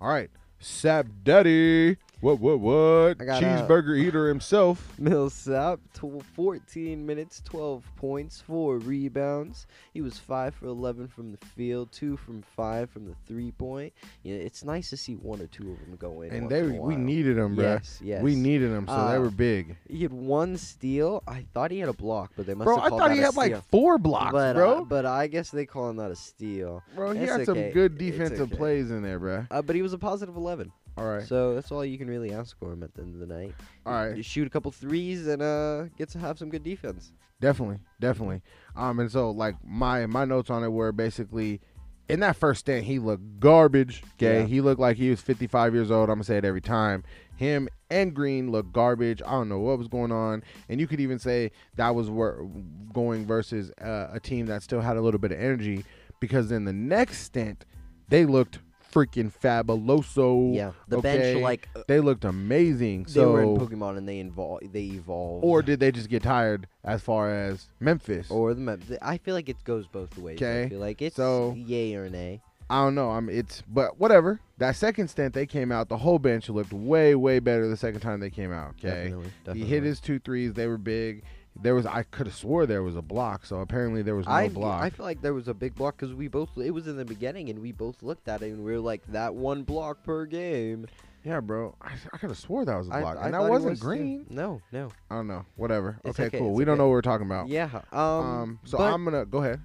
Speaker 1: All right. Sap Daddy. What, what, what?
Speaker 3: I got, uh,
Speaker 1: Cheeseburger eater himself.
Speaker 3: Millsap, tw- 14 minutes, 12 points, 4 rebounds. He was 5 for 11 from the field, 2 from 5 from the three point. Yeah, it's nice to see one or two of them go in.
Speaker 1: And
Speaker 3: once
Speaker 1: they
Speaker 3: in a
Speaker 1: we
Speaker 3: while.
Speaker 1: needed them, bruh.
Speaker 3: Yes, yes.
Speaker 1: We needed them, so they
Speaker 3: Uh,
Speaker 1: were big.
Speaker 3: He had one steal. I thought he had a block, but they must
Speaker 1: Bro,
Speaker 3: have
Speaker 1: I
Speaker 3: called
Speaker 1: thought
Speaker 3: that
Speaker 1: he
Speaker 3: a
Speaker 1: had like
Speaker 3: steal.
Speaker 1: four blocks,
Speaker 3: but,
Speaker 1: bro.
Speaker 3: Uh, but I guess they call him that a steal.
Speaker 1: bro, he
Speaker 3: it's
Speaker 1: had some
Speaker 3: okay.
Speaker 1: good
Speaker 3: It's
Speaker 1: defensive
Speaker 3: okay.
Speaker 1: plays in there, bruh.
Speaker 3: Uh, but he was a positive 11.
Speaker 1: All right.
Speaker 3: So that's all you can really ask for him at the end of the night.
Speaker 1: All right.
Speaker 3: You shoot a couple threes and uh, get to have some good defense.
Speaker 1: Definitely, definitely. Um, and so like my my notes on it were basically, in that first stand he looked garbage. Okay,
Speaker 3: Yeah.
Speaker 1: he looked like he was 55 years old. I'm gonna say it every time. Him and Green looked garbage. I don't know what was going on. And you could even say that was wor- going versus uh, a team that still had a little bit of energy, because in the next stint they looked freaking fabuloso.
Speaker 3: Yeah. The
Speaker 1: okay?
Speaker 3: bench, like, uh,
Speaker 1: they looked amazing.
Speaker 3: they
Speaker 1: so
Speaker 3: were in Pokemon and they involve they evolve.
Speaker 1: or did they just get tired as far as Memphis?
Speaker 3: or the map. I feel like it goes both ways.
Speaker 1: Okay,
Speaker 3: I feel like it's
Speaker 1: so-
Speaker 3: yay or nay.
Speaker 1: I don't know. I'm it's but whatever. That second stint they came out, the whole bench looked way way better the second time they came out. Okay,
Speaker 3: Definitely,
Speaker 1: he
Speaker 3: definitely.
Speaker 1: hit his two threes. They were big. There was I could have swore there was a block. So apparently there was no
Speaker 3: I,
Speaker 1: block.
Speaker 3: I feel like there was a big block because we both it was in the beginning and we both looked at it and we were like that one block per game.
Speaker 1: yeah, bro. I, I could have swore that was a
Speaker 3: I-
Speaker 1: block,
Speaker 3: I
Speaker 1: and
Speaker 3: thought
Speaker 1: that
Speaker 3: it
Speaker 1: wasn't
Speaker 3: was too.
Speaker 1: green.
Speaker 3: No, no.
Speaker 1: I don't know. Whatever.
Speaker 3: It's
Speaker 1: okay,
Speaker 3: okay,
Speaker 1: cool.
Speaker 3: it's
Speaker 1: We don't
Speaker 3: okay.
Speaker 1: know what we're talking about.
Speaker 3: Yeah. Um.
Speaker 1: Oh. Um. So
Speaker 3: but-
Speaker 1: I'm gonna go ahead.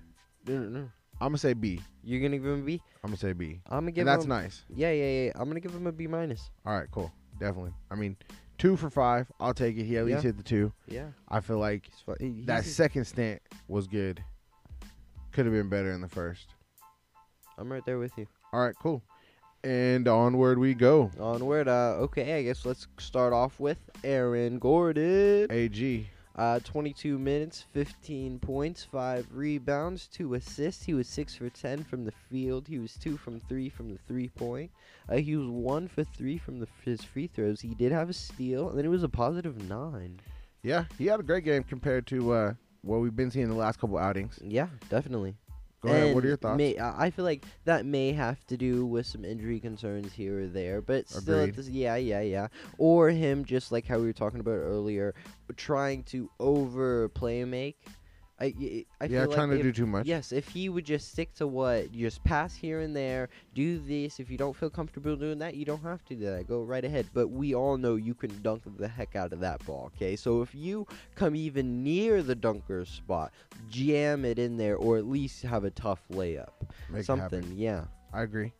Speaker 3: No, no, no.
Speaker 1: I'm gonna say B.
Speaker 3: You're gonna give him a B.
Speaker 1: I'm gonna say B.
Speaker 3: I'm gonna give
Speaker 1: And that's
Speaker 3: him.
Speaker 1: nice.
Speaker 3: Yeah, yeah, yeah. I'm gonna give him a B minus.
Speaker 1: All right. Cool. Definitely. I mean, two for five. I'll take it. He at least
Speaker 3: Yeah.
Speaker 1: hit the two.
Speaker 3: Yeah.
Speaker 1: I feel like
Speaker 3: He's fine. He, he's
Speaker 1: that second stint was good. Could have been better in the first.
Speaker 3: I'm right there with you.
Speaker 1: All right, cool. And onward we go.
Speaker 3: Onward. Uh, okay, I guess let's start off with Aaron Gordon.
Speaker 1: AG.
Speaker 3: Uh, 22 minutes, 15 points, 5 rebounds, 2 assists. He was 6 for 10 from the field. He was 2 from 3 from the 3 point. Uh, he was 1 for 3 from the, his free throws. He did have a steal, and then it was a positive 9.
Speaker 1: Yeah, he had a great game compared to uh, what we've been seeing the last couple outings.
Speaker 3: Yeah, definitely.
Speaker 1: Go ahead. What are
Speaker 3: And
Speaker 1: your thoughts?
Speaker 3: May, I I feel like that may have to do with some injury concerns here or there, but still,
Speaker 1: Agreed.
Speaker 3: at this, yeah, yeah, yeah. Or him just like how we were talking about earlier, trying to over play make. I, y- I
Speaker 1: yeah,
Speaker 3: feel
Speaker 1: trying
Speaker 3: like
Speaker 1: to
Speaker 3: if,
Speaker 1: do too much.
Speaker 3: Yes, if he would just stick to what just pass here and there, do this. If you don't feel comfortable doing that, you don't have to do that. Go right ahead. But we all know you can dunk the heck out of that ball, okay? So if you come even near the dunker's spot, jam it in there or at least have a tough layup.
Speaker 1: Make it happen.
Speaker 3: Something, yeah.
Speaker 1: I agree.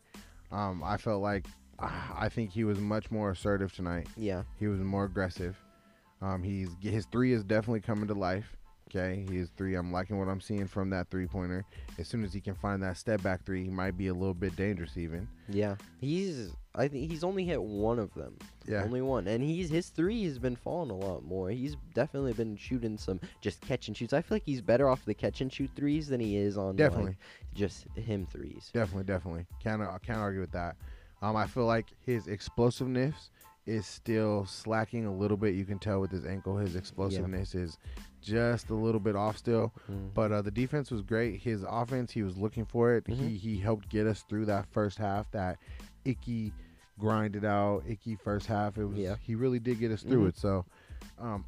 Speaker 1: Um, I felt like ah, I think he was much more assertive tonight.
Speaker 3: Yeah.
Speaker 1: He was more aggressive. Um, he's his three is definitely coming to life. Okay, his three. I'm liking what I'm seeing from that three pointer. As soon as he can find that step back three, he might be a little bit dangerous even.
Speaker 3: Yeah. He's I think he's only hit one of them.
Speaker 1: Yeah,
Speaker 3: Only one. And he's his three has been falling a lot more. He's definitely been shooting some just catch and shoots. I feel like he's better off the catch and shoot threes than he is on
Speaker 1: Definitely.
Speaker 3: like, just him threes.
Speaker 1: definitely, definitely. Can't I can't argue with that. Um, I feel like his explosiveness is still slacking a little bit. You can tell with his ankle, his explosiveness is just a little bit off still.
Speaker 3: Mm.
Speaker 1: But uh, the defense was great. His offense, he was looking for it.
Speaker 3: Mhm.
Speaker 1: He he helped get us through that first half, that icky, grinded out, icky first half. It was
Speaker 3: Yeah.
Speaker 1: he really did get us through
Speaker 3: Mhm.
Speaker 1: it. So, um,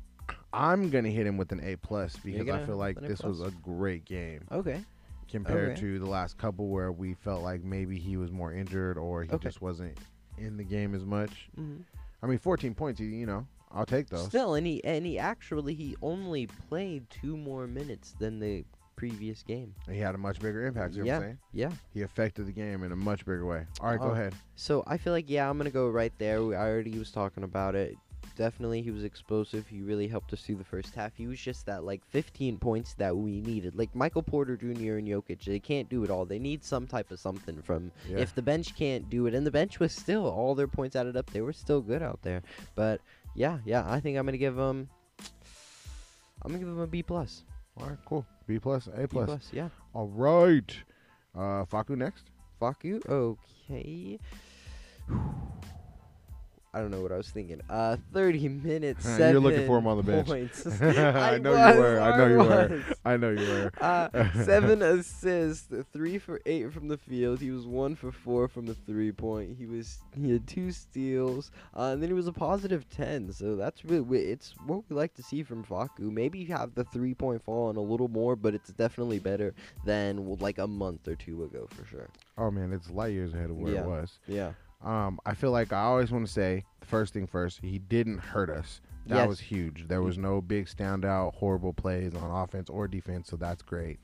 Speaker 1: I'm gonna hit him with an A plus because I
Speaker 3: gonna
Speaker 1: feel like
Speaker 3: hit an A
Speaker 1: this was a
Speaker 3: plus?
Speaker 1: great game
Speaker 3: Okay.
Speaker 1: compared
Speaker 3: Okay.
Speaker 1: to the last couple where we felt like maybe he was more injured or he
Speaker 3: Okay.
Speaker 1: just wasn't in the game as much.
Speaker 3: Mhm.
Speaker 1: I mean, 14 points, you, you know, I'll take those.
Speaker 3: Still, and he and he actually he only played two more minutes than the previous game.
Speaker 1: he had a much bigger impact. You know what I'm saying?
Speaker 3: Yeah.
Speaker 1: He affected the game in a much bigger way. All right, go
Speaker 3: Oh.
Speaker 1: ahead.
Speaker 3: So I feel like yeah, I'm gonna go right there. We, I already was talking about it. Definitely, he was explosive. He really helped us through the first half. He was just that like 15 points that we needed. Like Michael Porter Jr. and Jokic, they can't do it all. They need some type of something from.
Speaker 1: Yeah.
Speaker 3: If the bench can't do it, and the bench was still all their points added up, they were still good out there. But yeah, yeah, I think I'm gonna give him. I'm gonna give him a B plus.
Speaker 1: All right, cool. B plus, A
Speaker 3: B
Speaker 1: plus.
Speaker 3: plus, yeah.
Speaker 1: All right. Uh, Faku next.
Speaker 3: Fuck you. Okay. I don't know what I was thinking. Uh, 30 minutes.
Speaker 1: You were looking for him
Speaker 3: seven
Speaker 1: on the bench.
Speaker 3: points.
Speaker 1: I know you were, I know you were. I know you were.
Speaker 3: Uh, seven assists, three for eight from the field. He was one for four from the three point. He was he had two steals, uh, and then he was a positive ten. So that's really wi- it's what we like to see from Faku. Maybe have the three point fall on a little more, but it's definitely better than well, like a month or two ago for sure.
Speaker 1: Oh man, it's light years ahead of where
Speaker 3: Yeah.
Speaker 1: it was.
Speaker 3: Yeah.
Speaker 1: Um, I feel like I always want to say first thing first. He didn't hurt us. That
Speaker 3: Yes.
Speaker 1: was huge. There was no big standout horrible plays on offense or defense, so that's great.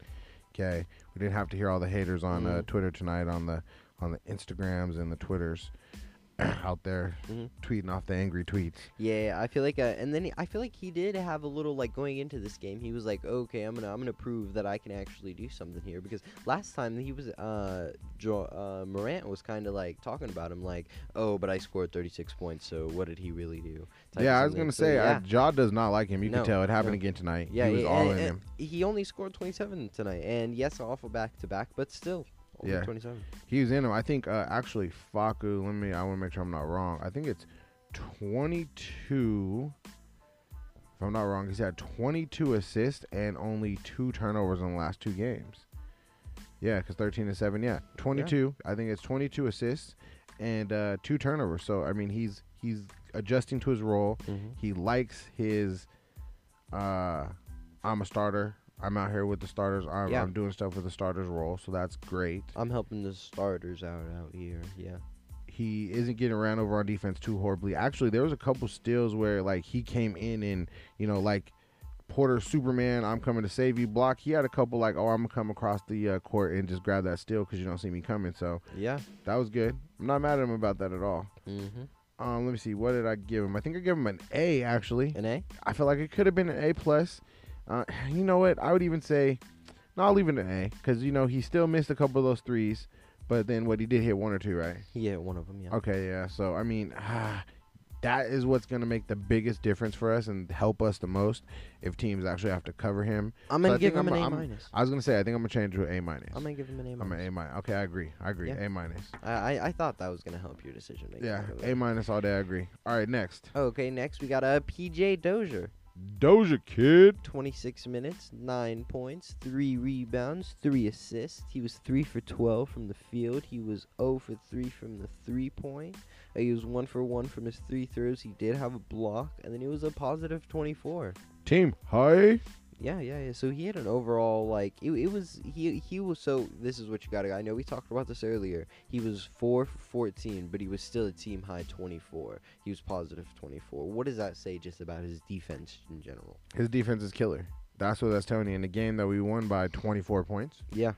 Speaker 1: Okay, we didn't have to hear all the haters on uh,
Speaker 3: Mhm.
Speaker 1: Twitter tonight on the on the Instagrams and the Twitters out there
Speaker 3: Mhm.
Speaker 1: tweeting off the angry tweets.
Speaker 3: Yeah, I feel like, uh, and then he- I feel like he did have a little like going into this game. He was like, okay, I'm gonna, I'm gonna prove that I can actually do something here because last time he was, uh, jo- uh Morant was kind of like talking about him, like, oh, but I scored 36 points, so what did he really do? type of
Speaker 1: yeah, I was
Speaker 3: something.
Speaker 1: gonna
Speaker 3: So,
Speaker 1: say
Speaker 3: yeah.
Speaker 1: uh, Jaw does not like him. You
Speaker 3: No,
Speaker 1: can tell it happened
Speaker 3: no.
Speaker 1: again tonight.
Speaker 3: yeah,
Speaker 1: he was
Speaker 3: yeah,
Speaker 1: all
Speaker 3: and-
Speaker 1: in
Speaker 3: and
Speaker 1: him.
Speaker 3: He only scored 27 tonight, and yes, off a back to back, but still, only
Speaker 1: Yeah.
Speaker 3: 27.
Speaker 1: He was in him. I think uh, actually Faku. Let me. I want to make sure I'm not wrong. I think it's 22. If I'm not wrong, he's had 22 assists and only two turnovers in the last two games. Yeah, because 13 to seven. Yeah, 22. I think it's 22 assists and uh, two turnovers. So I mean, he's he's adjusting to his role. He likes his. Uh, I'm a starter. I'm out here with the starters. I'm,
Speaker 3: Yeah.
Speaker 1: I'm doing stuff with the starters role, so that's great
Speaker 3: I'm helping the starters out out here. Yeah.
Speaker 1: he isn't getting ran over on defense too horribly. Actually, there was a couple steals where like he came in and you know like Porter Superman, I'm coming to save you block. He had a couple like oh I'm gonna come across the uh, court and just grab that steal because you don't see me coming. So
Speaker 3: Yeah.
Speaker 1: that was good. I'm not mad at him about that at all.
Speaker 3: Mm-hmm.
Speaker 1: Um, let me see. What did I give him? I think I gave him an A. Actually,
Speaker 3: An A?
Speaker 1: I feel like it could have been an A plus. Uh, you know what? I would even say No, I'll leave it an A because you know he still missed a couple of those threes, but then what he did hit one or two, right?
Speaker 3: He hit one of them. Yeah.
Speaker 1: Okay, yeah. So I mean, ah, that is what's gonna make the biggest difference for us and help us the most if teams actually have to cover him.
Speaker 3: I'm
Speaker 1: So I
Speaker 3: gonna give
Speaker 1: think I'm
Speaker 3: him an
Speaker 1: a-
Speaker 3: A
Speaker 1: I'm-
Speaker 3: minus.
Speaker 1: I was gonna say I think I'm gonna change to A minus.
Speaker 3: I'm gonna give him an A
Speaker 1: I'm
Speaker 3: minus.
Speaker 1: an A minus. Okay, I agree. I agree.
Speaker 3: Yeah.
Speaker 1: A minus.
Speaker 3: I I- I thought that was gonna help your decision making.
Speaker 1: Yeah,
Speaker 3: by the way.
Speaker 1: A minus all day. I agree. All right, next
Speaker 3: Okay, next we got a PJ Dozier.
Speaker 1: Doja Kid.
Speaker 3: 26 minutes, 9 points, 3 rebounds, 3 assists. He was 3 for 12 from the field. He was 0 for 3 from the 3 point. Uh, He was 1 for 1 from his 3 throws. He did have a block, and then he was a positive 24.
Speaker 1: Team high.
Speaker 3: Yeah, yeah, yeah. So he had an overall like it, it was he he was so this is what you got to I know we talked about this earlier. He was 4 for 14, but he was still a team high 24. He was positive 24. What does that say just about his defense in general?
Speaker 1: His defense is killer. That's what that's telling you in the game that we won by 24 points.
Speaker 3: Yeah.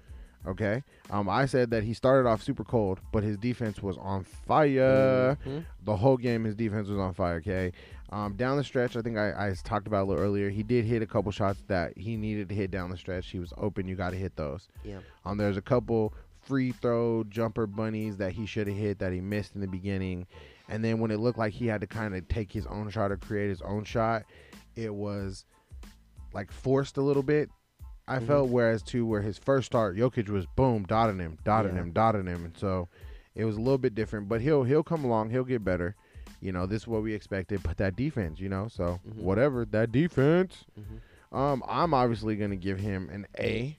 Speaker 1: Okay. Um, I said that he started off super cold, but his defense was on fire.
Speaker 3: Mhm.
Speaker 1: The whole game, his defense was on fire. Okay. Um, down the stretch, I think I, I talked about a little earlier. He did hit a couple shots that he needed to hit down the stretch. He was open. You got to hit those.
Speaker 3: Yeah.
Speaker 1: Um, there's a couple free throw jumper bunnies that he should have hit that he missed in the beginning, and then when it looked like he had to kind of take his own shot or create his own shot, it was like forced a little bit. I
Speaker 3: Mhm.
Speaker 1: felt whereas to where his first start, Jokic was boom dotting him, dotting
Speaker 3: Yeah.
Speaker 1: him, dotting him, and so it was a little bit different. But he'll he'll come along, he'll get better. You know, this is what we expected. But that defense, you know, so
Speaker 3: Mhm.
Speaker 1: whatever that defense.
Speaker 3: Mhm.
Speaker 1: Um, I'm obviously gonna give him an A.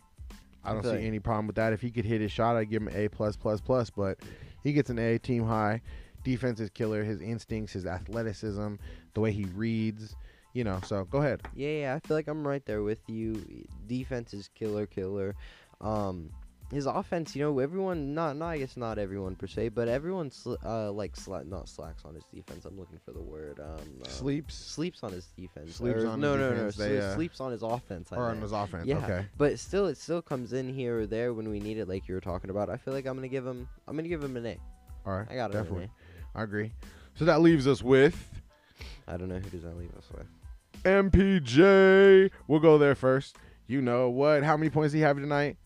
Speaker 1: I
Speaker 3: I
Speaker 1: don't
Speaker 3: feel
Speaker 1: see
Speaker 3: like-
Speaker 1: any problem with that. If he could hit his shot, I'd give him an A plus plus plus. But he gets an A, team high. Defense is killer. His instincts, his athleticism, the way he reads, you know. So go ahead.
Speaker 3: Yeah, yeah, I feel like I'm right there with you. Defense is killer, killer. Um, his offense, you know, everyone not, not I guess not everyone per se, but everyone sl- uh like sla- not slacks on his defense. I'm looking for the word. Um, uh,
Speaker 1: Sleeps
Speaker 3: sleeps on his defense.
Speaker 1: Sleeps
Speaker 3: or-
Speaker 1: on his
Speaker 3: no, no,
Speaker 1: defense,
Speaker 3: no,
Speaker 1: they,
Speaker 3: sle-
Speaker 1: uh,
Speaker 3: sleeps on his offense. I
Speaker 1: or on
Speaker 3: meant.
Speaker 1: his offense.
Speaker 3: Yeah,
Speaker 1: Okay.
Speaker 3: but still, it still comes in here or there when we need it, like you were talking about. I feel like I'm gonna give him, I'm gonna give him an A.
Speaker 1: All right.
Speaker 3: I got him
Speaker 1: Definitely.
Speaker 3: an
Speaker 1: I agree. So that leaves us with
Speaker 3: A. I don't know who does that leave us with.
Speaker 1: MPJ. We'll go there first. You know what? How many points did he have tonight?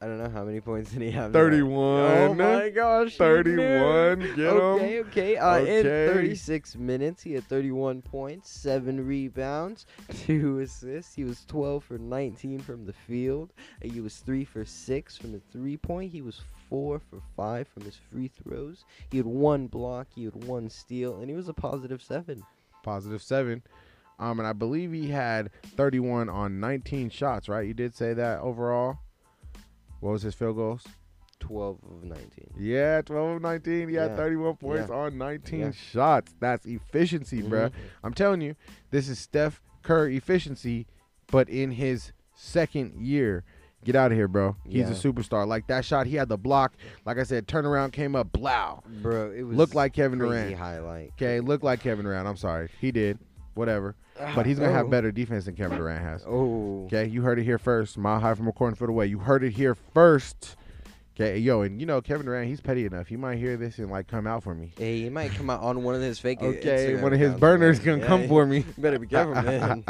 Speaker 3: I don't know how many points did he have. tonight.
Speaker 1: 31.
Speaker 3: Oh my gosh, he knew.
Speaker 1: 31. Get him.
Speaker 3: okay, okay. Uh,
Speaker 1: Okay.
Speaker 3: In 36 minutes, he had 31 points, 7 rebounds, 2 assists. He was 12 for 19 from the field. Uh, He was 3 for 6 from the three point. He was 4 for 5 from his free throws. He had 1 block, he had 1 steal, and he was a positive 7.
Speaker 1: positive seven. Um, and I believe he had 31 on 19 shots, right? You did say that overall. What was his field goals?
Speaker 3: 12 of 19.
Speaker 1: Yeah, 12 of 19. He had
Speaker 3: Yeah.
Speaker 1: 31 points on 19
Speaker 3: Yeah.
Speaker 1: shots. That's efficiency, bruh.
Speaker 3: Mhm.
Speaker 1: I'm telling you, this is Steph Curry efficiency, but in his second year. Get out of here, bro. He's
Speaker 3: Yeah.
Speaker 1: a superstar. Like that shot, he had the block. Like I said, turnaround came up, blow.
Speaker 3: Bro, it was
Speaker 1: Looked like Kevin
Speaker 3: crazy
Speaker 1: Durant.
Speaker 3: highlight.
Speaker 1: Okay, looked like Kevin Durant. I'm sorry. He did. Whatever. But he's going to have
Speaker 3: Oh.
Speaker 1: better defense than Kevin Durant has.
Speaker 3: Oh.
Speaker 1: Okay, you heard it here first. Mile high from a cornfield away. You heard it here first. Okay, yo, and you know Kevin Durant, he's petty enough. He might hear this and like come out for me.
Speaker 3: Hey, he might come out on one of his fake.
Speaker 1: Okay,
Speaker 3: Instagram
Speaker 1: one of his
Speaker 3: accounts,
Speaker 1: burners
Speaker 3: man.
Speaker 1: gonna
Speaker 3: Yeah,
Speaker 1: come
Speaker 3: yeah.
Speaker 1: for me.
Speaker 3: You better be careful, man.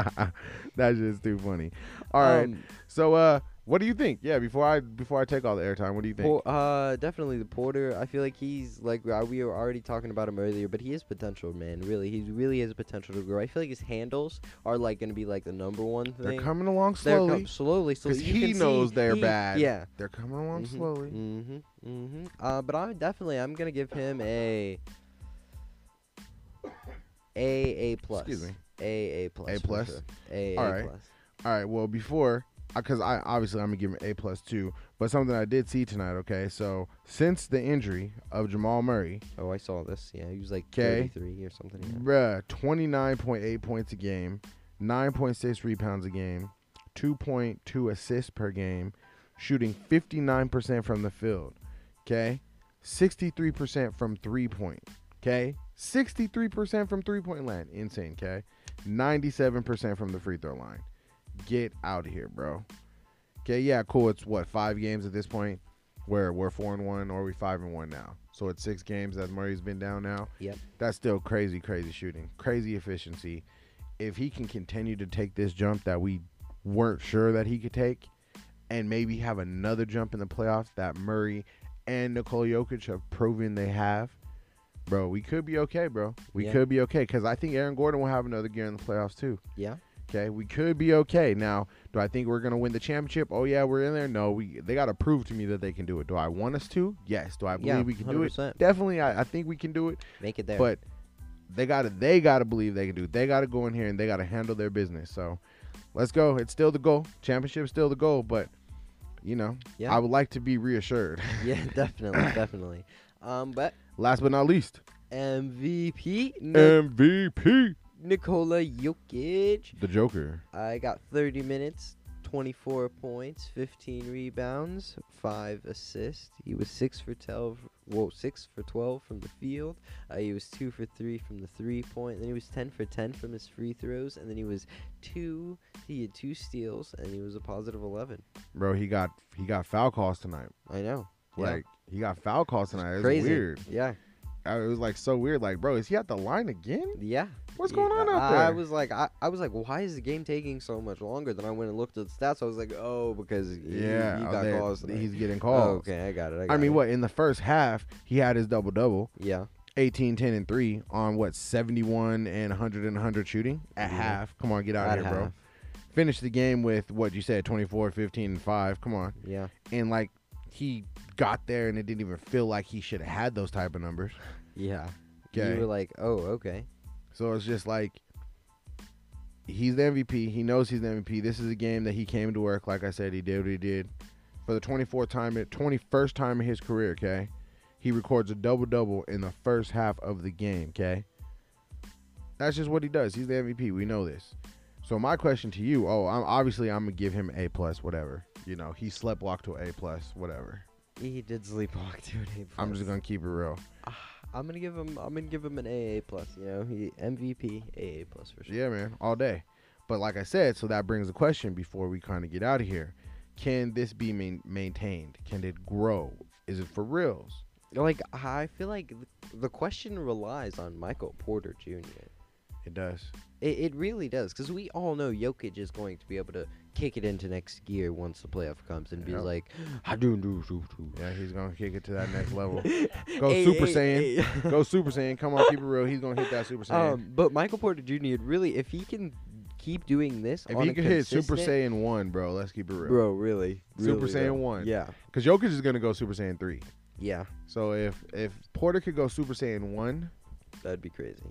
Speaker 1: That's just too funny. All right,
Speaker 3: Um,
Speaker 1: so uh, what do you think? Yeah, before I before I take all the airtime, what do you think?
Speaker 3: Por- uh, definitely the Porter. I feel like he's like uh, we were already talking about him earlier, but he has potential, man. Really, he really has potential to grow. I feel like his handles are like gonna be like the number one thing.
Speaker 1: They're coming along
Speaker 3: They're com-
Speaker 1: slowly.
Speaker 3: slowly, slowly.
Speaker 1: 'Cause
Speaker 3: You
Speaker 1: he
Speaker 3: can
Speaker 1: knows
Speaker 3: see
Speaker 1: they're
Speaker 3: he-
Speaker 1: bad.
Speaker 3: Yeah.
Speaker 1: They're coming along
Speaker 3: Mhm,
Speaker 1: slowly.
Speaker 3: Mhm. Mhm. Uh, but I'm definitely I'm gonna give him a a a plus.
Speaker 1: Excuse me.
Speaker 3: A a plus.
Speaker 1: A
Speaker 3: for
Speaker 1: plus?
Speaker 3: sure. A
Speaker 1: All
Speaker 3: a
Speaker 1: right.
Speaker 3: plus.
Speaker 1: All right. Well, before, because I obviously I'm gonna give him A plus two, but something I did see tonight. Okay, so since the injury of Jamal Murray,
Speaker 3: Oh, I saw this. Yeah, he was like
Speaker 1: 'Kay.
Speaker 3: 33 or something. yeah.
Speaker 1: bruh, twenty nine point eight points a game, nine point six rebounds a game, two point two assists per game, shooting fifty nine percent from the field. Okay, sixty three percent from three point. Okay, sixty three percent from three point land. Insane. Okay, ninety seven percent from the free throw line. Get out of here, bro. Okay, yeah, cool. It's what five games at this point. Where we're four and one, or we five and one now. So it's six games that Murray's been down now.
Speaker 3: Yep.
Speaker 1: That's still crazy, crazy shooting, crazy efficiency. If he can continue to take this jump that we weren't sure that he could take, and maybe have another jump in the playoffs that Murray and Nicole Jokic have proven they have, bro, we could be okay, bro. We
Speaker 3: Yeah.
Speaker 1: could be okay because I think Aaron Gordon will have another year in the playoffs too.
Speaker 3: Yeah.
Speaker 1: Okay, we could be okay. Now, do I think we're gonna win the championship? Oh yeah, we're in there. No, we they gotta prove to me that they can do it. Do I want us to? Yes. Do I believe
Speaker 3: Yeah,
Speaker 1: we can do it?
Speaker 3: 100%.
Speaker 1: Definitely, I, I think we can do it.
Speaker 3: Make it there.
Speaker 1: But they gotta they gotta believe they can do it. They gotta go in here and they gotta handle their business. So let's go. It's still the goal. Championship's still the goal, but you know,
Speaker 3: Yeah.
Speaker 1: I would like to be reassured.
Speaker 3: yeah, definitely, definitely. Um, but
Speaker 1: Last but not least,
Speaker 3: MVP Ni-
Speaker 1: MVP,
Speaker 3: Nikola Jokic.
Speaker 1: the Joker.
Speaker 3: I got 30 minutes, 24 points, 15 rebounds, five assists. He was six for 12. Whoa, six for 12 from the field. Uh, he was two for three from the three point. Then he was 10 for 10 from his free throws, and then he was two. He had two steals, and he was a positive 11.
Speaker 1: Bro, he got he got foul calls tonight.
Speaker 3: I know. Yeah.
Speaker 1: Like he got foul calls tonight. It was
Speaker 3: Crazy.
Speaker 1: weird.
Speaker 3: Yeah.
Speaker 1: I- it was like so weird. Like, bro, is he at the line again?
Speaker 3: Yeah.
Speaker 1: What's
Speaker 3: Yeah,
Speaker 1: going on out
Speaker 3: I,
Speaker 1: there?
Speaker 3: I was like, I, I was like, why is the game taking so much longer? Then I went and looked at the stats. I was like, oh, because he,
Speaker 1: yeah,
Speaker 3: he
Speaker 1: out
Speaker 3: got
Speaker 1: there,
Speaker 3: calls. tonight.
Speaker 1: he's getting
Speaker 3: Oh,
Speaker 1: calls.
Speaker 3: okay, I got it. I,
Speaker 1: I
Speaker 3: got
Speaker 1: mean,
Speaker 3: it.
Speaker 1: what in the first half he had his double double,
Speaker 3: Yeah,
Speaker 1: 18, 10, and three on what 71 and 100 and 100 shooting at
Speaker 3: Yeah.
Speaker 1: half. Come on, get out
Speaker 3: at
Speaker 1: of here, bro.
Speaker 3: half.
Speaker 1: Finished the game with what you said 24, 15, and five. Come on,
Speaker 3: Yeah,
Speaker 1: and like he got there and it didn't even feel like he should have had those type of numbers.
Speaker 3: yeah.
Speaker 1: Okay.
Speaker 3: You were like, oh, okay.
Speaker 1: So it's just like he's the MVP. He knows he's the MVP. This is a game that he came to work. Like I said, he did what he did for the 24th time, 21st time in his career. Okay, he records a double double in the first half of the game. Okay, that's just what he does. He's the MVP. We know this. So my question to you, oh, I'm obviously I'm gonna give him A plus, whatever. You know, he slept walk to A plus, whatever.
Speaker 3: He did sleepwalk to an A plus.
Speaker 1: I'm just gonna keep it real.
Speaker 3: I'm gonna give him. I'm gonna give him an AA plus. You know, he MVP AA plus for sure.
Speaker 1: Yeah, man, all day. But like I said, so that brings the question before we kind of get out of here: Can this be main- maintained? Can it grow? Is it for reals?
Speaker 3: Like I feel like th- the question relies on Michael Porter Jr.
Speaker 1: It does.
Speaker 3: It, it really does, because we all know Jokic is going to be able to kick it into next year once the playoff comes and be
Speaker 1: Yep.
Speaker 3: like, I do do do do.
Speaker 1: Yeah, he's gonna kick it to that next level. Go Super Saiyan. Go Super Saiyan. Come on, keep it real. He's gonna hit that Super Saiyan.
Speaker 3: Um, but Michael Porter Jr. really, if he can keep doing this,
Speaker 1: if
Speaker 3: on
Speaker 1: he
Speaker 3: a
Speaker 1: could hit Super
Speaker 3: consistent-
Speaker 1: Saiyan one, bro, let's keep it real.
Speaker 3: bro, really,
Speaker 1: Super
Speaker 3: really,
Speaker 1: Saiyan
Speaker 3: though.
Speaker 1: one.
Speaker 3: Yeah,
Speaker 1: Because Jokic is gonna go Super Saiyan three.
Speaker 3: yeah,
Speaker 1: So if if Porter could go Super Saiyan one,
Speaker 3: that'd be crazy.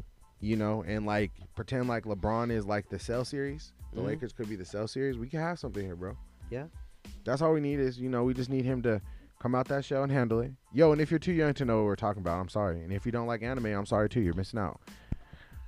Speaker 1: you know, and like pretend like LeBron is like the cell series. The
Speaker 2: Mm-hmm.
Speaker 3: Mhm.
Speaker 1: Lakers could be the cell series. We could have something here, bro.
Speaker 3: Yeah.
Speaker 1: That's all we need is, you know, we just need him to come out that show and handle it. Yo, and if you're too young to know what we're talking about, I'm sorry. And if you don't like anime, I'm sorry too. You're missing out.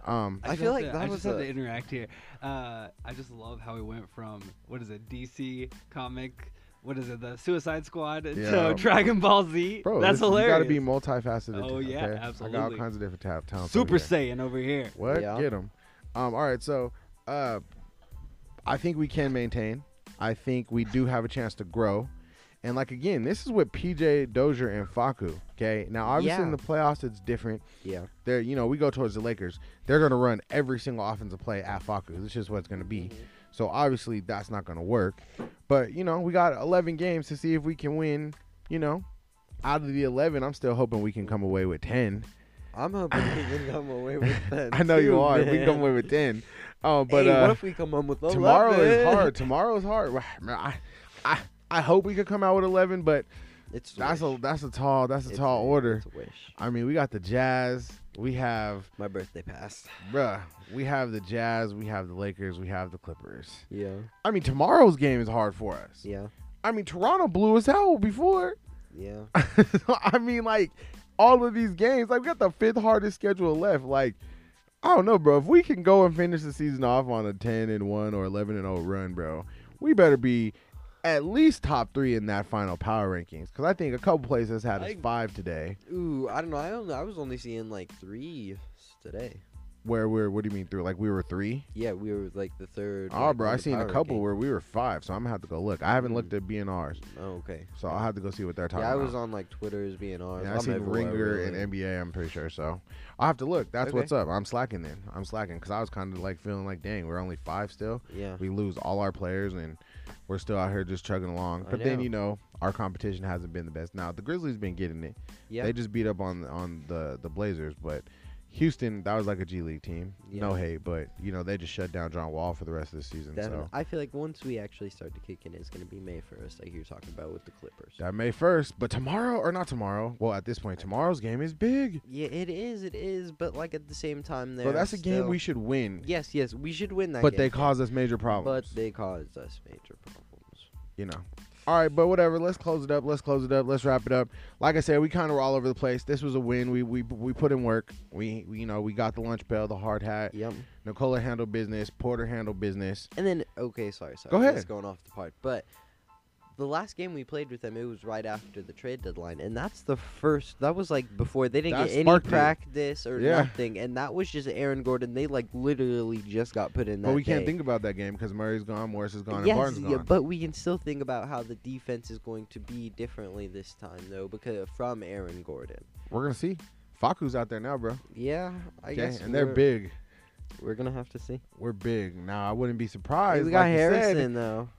Speaker 1: Um
Speaker 3: I
Speaker 2: just
Speaker 3: feel
Speaker 2: have
Speaker 3: like
Speaker 2: to,
Speaker 3: that
Speaker 2: I
Speaker 3: was
Speaker 2: just have
Speaker 3: a-
Speaker 2: to interact here. Uh, I just love how we went from what is it, DC comic, what is it, the Suicide Squad
Speaker 1: Yeah.
Speaker 2: to Dragon Ball Z.
Speaker 1: Bro,
Speaker 2: that's
Speaker 1: listen,
Speaker 2: hilarious.
Speaker 1: You gotta be multifaceted.
Speaker 2: Oh,
Speaker 1: okay?
Speaker 2: yeah,
Speaker 1: I got all
Speaker 2: absolutely.
Speaker 1: kinds of different ta- talents. over
Speaker 2: Super
Speaker 1: here.
Speaker 2: Saiyan over here.
Speaker 1: What?
Speaker 3: Yeah.
Speaker 1: Get him. Um, all right, so uh, I think we can maintain. I think we do have a chance to grow. And like again, this is with PJ Dozier and Faku. Okay, now obviously in
Speaker 3: Yeah.
Speaker 1: the playoffs it's different.
Speaker 3: Yeah,
Speaker 1: They're you know we go towards the Lakers. They're gonna run every single offensive play at Faku. This is what it's gonna be.
Speaker 3: Mm-hmm.
Speaker 1: So obviously that's not gonna work. But you know we got 11 games to see if we can win. You know, out of the 11, I'm still hoping we can come away with 10.
Speaker 3: I'm hoping we can come away with that.
Speaker 1: I know you
Speaker 3: too,
Speaker 1: are. We can come
Speaker 3: man.
Speaker 1: away with 10. Oh, but
Speaker 3: Hey,
Speaker 1: uh,
Speaker 3: what if we come home with
Speaker 1: tomorrow
Speaker 3: 11?
Speaker 1: is hard. Tomorrow's hard. Wha- man, I, I, I hope we could come out with eleven, but
Speaker 3: It's
Speaker 1: that's a
Speaker 3: wish.
Speaker 1: that's a tall that's a
Speaker 3: It's
Speaker 1: tall
Speaker 3: a-
Speaker 1: order.
Speaker 3: It's a wish.
Speaker 1: I mean, we got the Jazz. We have,
Speaker 3: My birthday passed.
Speaker 1: bruh, we have the Jazz. We have the Lakers. We have the Clippers.
Speaker 3: Yeah,
Speaker 1: I mean, tomorrow's game is hard for us.
Speaker 3: yeah,
Speaker 1: I mean, Toronto blew us out before.
Speaker 3: yeah.
Speaker 1: So, I mean, like all of these games, like we got the fifth hardest schedule left. Like, I don't know, bro. If we can go and finish the season off on a ten and one or eleven and zero run, bro, we better be at least top three in that final power rankings. Because I think a couple places had us
Speaker 3: I-
Speaker 1: five today.
Speaker 3: Ooh, I don't know. I only, I was only seeing like three today.
Speaker 1: Where we're what do you mean through? Like we were three.
Speaker 3: Yeah, we were like the third.
Speaker 1: Oh,
Speaker 3: like,
Speaker 1: bro,
Speaker 3: on
Speaker 1: I
Speaker 3: the
Speaker 1: seen a
Speaker 3: power
Speaker 1: couple
Speaker 3: ranking.
Speaker 1: where we were five, so I'm gonna have to go look. I haven't looked at BNRs,
Speaker 3: Oh, okay.
Speaker 1: so I'll have to go see what they're talking
Speaker 3: Yeah, I
Speaker 1: about.
Speaker 3: was on like Twitter's being ours.
Speaker 1: Yeah, I
Speaker 3: I'm
Speaker 1: seen
Speaker 3: everywhere,
Speaker 1: Ringer
Speaker 3: really.
Speaker 1: and NBA. I'm pretty sure. So I have to look. That's
Speaker 3: Okay.
Speaker 1: what's up. I'm slacking then. I'm slacking because I was kind of like feeling like, dang, we're only five still.
Speaker 3: yeah,
Speaker 1: We lose all our players and We're still out here just chugging along.
Speaker 3: I
Speaker 1: But then
Speaker 3: know.
Speaker 1: you know our competition hasn't been the best. Now the Grizzlies been getting it.
Speaker 3: Yeah.
Speaker 1: They just beat up on on the the Blazers, but Houston that was like a G League team. No
Speaker 3: Yeah.
Speaker 1: hate, but you know they just shut down John Wall for the rest of the season.
Speaker 3: Definitely.
Speaker 1: So
Speaker 3: I feel like once we actually start to kick in, it's going to be May 1st, like you were talking about with the Clippers.
Speaker 1: that May first, but tomorrow or not tomorrow? Well, at this point, tomorrow's game is big.
Speaker 3: Yeah, it is, it is, but like at the same time, there.
Speaker 1: But that's a game
Speaker 3: still-
Speaker 1: we should win.
Speaker 3: Yes, yes, we should win that.
Speaker 1: But
Speaker 3: game.
Speaker 1: they caused us major problems.
Speaker 3: But they caused us major problems.
Speaker 1: you know. All right, but whatever. Let's close it up. Let's close it up. Let's wrap it up. Like I said, we kind of were all over the place. This was a win. We we we put in work. We, we you know we got the lunch bell, the hard hat.
Speaker 3: Yep.
Speaker 1: Nicola handled business. Porter handled business.
Speaker 3: And then okay, sorry, sorry.
Speaker 1: Go
Speaker 3: It's
Speaker 1: ahead.
Speaker 3: going off the part, but the last game we played with them, it was right after the trade deadline, and that's the first. That was like before they didn't
Speaker 1: That
Speaker 3: get any
Speaker 1: sparked it.
Speaker 3: practice or
Speaker 1: Yeah.
Speaker 3: nothing, and that was just Aaron Gordon. They like literally just got put in. That
Speaker 1: But we can't
Speaker 3: day.
Speaker 1: think about that game because Murray's gone, Morris is gone,
Speaker 3: yes,
Speaker 1: and Barnes
Speaker 3: yeah,
Speaker 1: gone.
Speaker 3: but we can still think about how the defense is going to be differently this time, though, because from Aaron Gordon.
Speaker 1: We're gonna see. Faku's out there now, bro.
Speaker 3: Yeah, I
Speaker 1: Okay,
Speaker 3: guess
Speaker 1: and they're
Speaker 3: we're-
Speaker 1: big.
Speaker 3: We're gonna have to see.
Speaker 1: We're big. Now I wouldn't be
Speaker 3: Hey,
Speaker 1: surprised.
Speaker 3: we got
Speaker 1: like
Speaker 3: Harrison though.
Speaker 1: You said.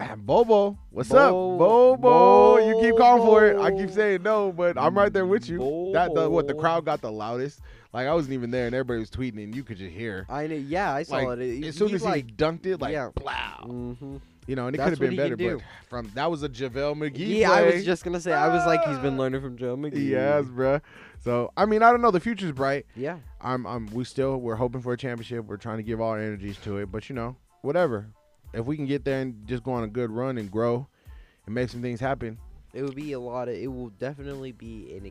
Speaker 1: Bobo, what's
Speaker 3: Bo-
Speaker 1: up, Bobo? You keep calling for it. I
Speaker 3: Bobo.
Speaker 1: keep saying no, but I'm right there with you. That the, what the crowd got the loudest. Like I wasn't even there, and everybody was tweeting, and you could just hear.
Speaker 3: I know. Yeah, I saw
Speaker 1: Like,
Speaker 3: it. it.
Speaker 1: As soon
Speaker 3: he,
Speaker 1: as
Speaker 3: like,
Speaker 1: he dunked it, like
Speaker 3: yeah.
Speaker 1: blow,
Speaker 3: hmm
Speaker 1: you know, and it
Speaker 3: That's
Speaker 1: could have been
Speaker 3: what he
Speaker 1: better.
Speaker 3: can
Speaker 1: But from that was a Javale McGee.
Speaker 3: Yeah, I
Speaker 1: play.
Speaker 3: was just gonna say. I was like, he's
Speaker 1: Ah.
Speaker 3: been learning from Joe McGee.
Speaker 1: yes, bruh. So I mean, I don't know. The future's bright.
Speaker 3: Yeah.
Speaker 1: I'm, I'm. We still we're hoping for a championship. We're trying to give all our energies to it. But you know, whatever. If we can get there and just go on a good run and grow, and make some things happen.
Speaker 3: It would be a lot of. It will definitely be an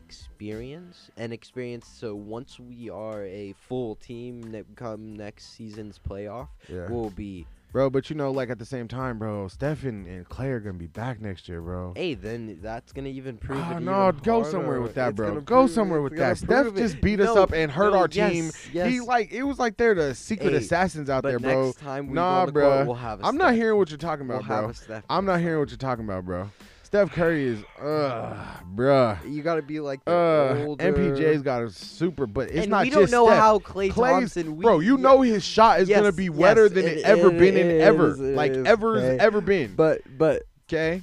Speaker 3: experience. An experience. So once we are a full team that come next season's playoff,
Speaker 1: Yeah,
Speaker 3: will be.
Speaker 1: bro. But you know, like at the same time, bro, Stephen and Clay are gonna be back next year, bro.
Speaker 3: Hey, then that's gonna even prove.
Speaker 1: Oh,
Speaker 3: it
Speaker 1: no,
Speaker 3: even
Speaker 1: go somewhere
Speaker 3: harder.
Speaker 1: with that,
Speaker 3: It's
Speaker 1: bro.
Speaker 3: gonna
Speaker 1: Go
Speaker 3: prove-
Speaker 1: somewhere
Speaker 3: it's
Speaker 1: with
Speaker 3: gonna
Speaker 1: that. Steph
Speaker 3: prove it.
Speaker 1: just beat us
Speaker 3: No,
Speaker 1: up and hurt
Speaker 3: no,
Speaker 1: our
Speaker 3: yes,
Speaker 1: team.
Speaker 3: Yes,
Speaker 1: He like it was like they're the secret
Speaker 3: Hey,
Speaker 1: assassins out
Speaker 3: but
Speaker 1: there, bro.
Speaker 3: Next time we
Speaker 1: Nah,
Speaker 3: go to court,
Speaker 1: bruh.
Speaker 3: we'll have. A
Speaker 1: I'm not
Speaker 3: Steph.
Speaker 1: hearing what you're talking
Speaker 3: We'll
Speaker 1: about,
Speaker 3: have
Speaker 1: bro.
Speaker 3: a Steph
Speaker 1: I'm
Speaker 3: next
Speaker 1: not hearing
Speaker 3: time.
Speaker 1: what you're talking about, bro. Steph Curry is, uh, bruh.
Speaker 3: You gotta be like the
Speaker 1: Uh,
Speaker 3: older.
Speaker 1: MPJ's got a super, but it's
Speaker 3: and
Speaker 1: not
Speaker 3: we
Speaker 1: just
Speaker 3: don't know
Speaker 1: Steph.
Speaker 3: how Clay
Speaker 1: Clay
Speaker 3: Thompson. We,
Speaker 1: bro, you
Speaker 3: yeah,
Speaker 1: know his shot is gonna
Speaker 3: Yes,
Speaker 1: be
Speaker 3: yes,
Speaker 1: wetter than it,
Speaker 3: it
Speaker 1: ever been in
Speaker 3: is,
Speaker 1: ever,
Speaker 3: it
Speaker 1: like
Speaker 3: is,
Speaker 1: ever has
Speaker 3: okay.
Speaker 1: ever been.
Speaker 3: but but
Speaker 1: Okay,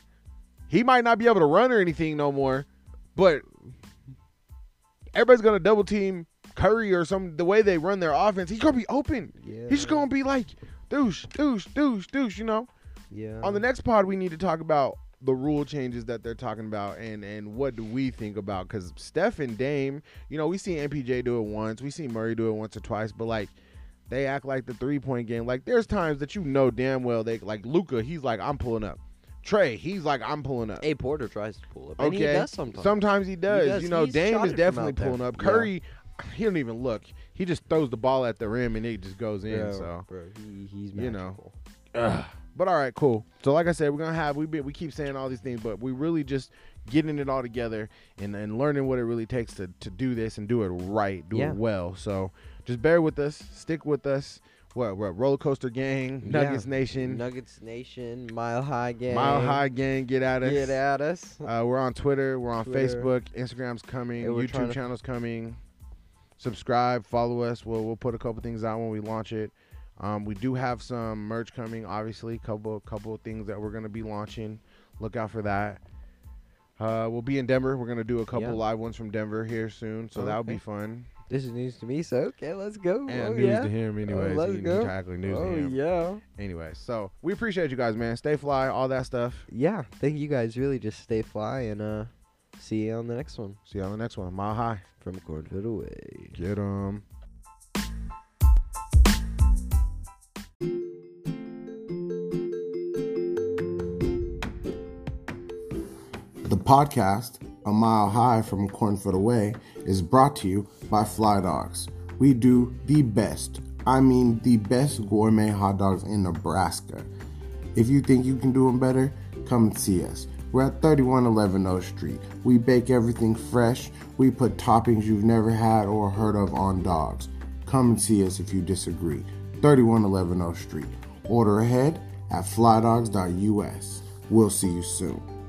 Speaker 1: he might not be able to run or anything no more, but everybody's gonna double team Curry or some the way they run their offense. He's gonna be open.
Speaker 3: yeah,
Speaker 1: He's just gonna be like douche, douche, douche, douche. You know.
Speaker 3: yeah.
Speaker 1: On the next pod, we need to talk about the rule changes that they're talking about and and what do we think about because Steph and Dame, you know, we see MPJ do it once, we see Murray do it once or twice, but like. They act like the three point game. Like there's times that you know damn well they like Luca. He's like I'm pulling up. Trey. He's like I'm pulling up.
Speaker 3: A Porter tries to pull up. And he
Speaker 1: Okay.
Speaker 3: does sometimes.
Speaker 1: Sometimes he does.
Speaker 3: does.
Speaker 1: You know,
Speaker 3: He's
Speaker 1: Dame
Speaker 3: shot
Speaker 1: is
Speaker 3: it from
Speaker 1: definitely
Speaker 3: out there.
Speaker 1: pulling up.
Speaker 3: Yeah.
Speaker 1: Curry, he don't even look. He just throws the ball at the rim and it just goes in.
Speaker 3: Bro,
Speaker 1: So,
Speaker 3: bro, he, he's
Speaker 1: you
Speaker 3: magical.
Speaker 1: know. Ugh. but all right, cool. So, like I said, we're gonna have we been, we keep saying all these things, but we really just getting it all together and, and learning what it really takes to to do this and do it right, do
Speaker 3: Yeah.
Speaker 1: it well. So, just bear with us, stick with us. What what roller coaster gang,
Speaker 3: Yeah.
Speaker 1: Nuggets Nation,
Speaker 3: Nuggets Nation, Mile High Gang.
Speaker 1: Mile High Gang, get at us.
Speaker 3: Get at us.
Speaker 1: Uh, we're on Twitter. We're on
Speaker 3: Twitter.
Speaker 1: Facebook. Instagram's coming.
Speaker 3: And we're trying
Speaker 1: YouTube
Speaker 3: to-
Speaker 1: channel's coming. Subscribe, follow us. We'll we'll put a couple things out when we launch it. Um, we do have some merch coming. Obviously, couple couple of things that we're gonna be launching. Look out for that. Uh, we'll be in Denver. We're gonna do a couple
Speaker 3: Yeah.
Speaker 1: live ones from Denver here soon, so that'll be
Speaker 3: Okay.
Speaker 1: fun.
Speaker 3: This is news to me, so okay, let's go.
Speaker 1: And
Speaker 3: oh
Speaker 1: news
Speaker 3: yeah.
Speaker 1: to him, anyways.
Speaker 3: let's
Speaker 1: He- he
Speaker 3: go.
Speaker 1: tackling news
Speaker 3: oh
Speaker 1: to him.
Speaker 3: yeah.
Speaker 1: Anyway, so we appreciate you guys, man. Stay fly, all that stuff.
Speaker 3: Yeah. Thank you guys. Really, just stay fly and uh, see you on the next one
Speaker 1: See you on the next one. Mile high.
Speaker 3: from Cornfield Away.
Speaker 1: Get 'em.
Speaker 4: The podcast, A Mile High from Cornford Away, is brought to you by Fly Dogs. We do the best, I mean, the best gourmet hot dogs in Nebraska. If you think you can do them better, come and see us. We're at 3111 O Street. We bake everything fresh, we put toppings you've never had or heard of on dogs. Come and see us if you disagree. 3111 O Street. Order ahead at flydogs.us. We'll see you soon.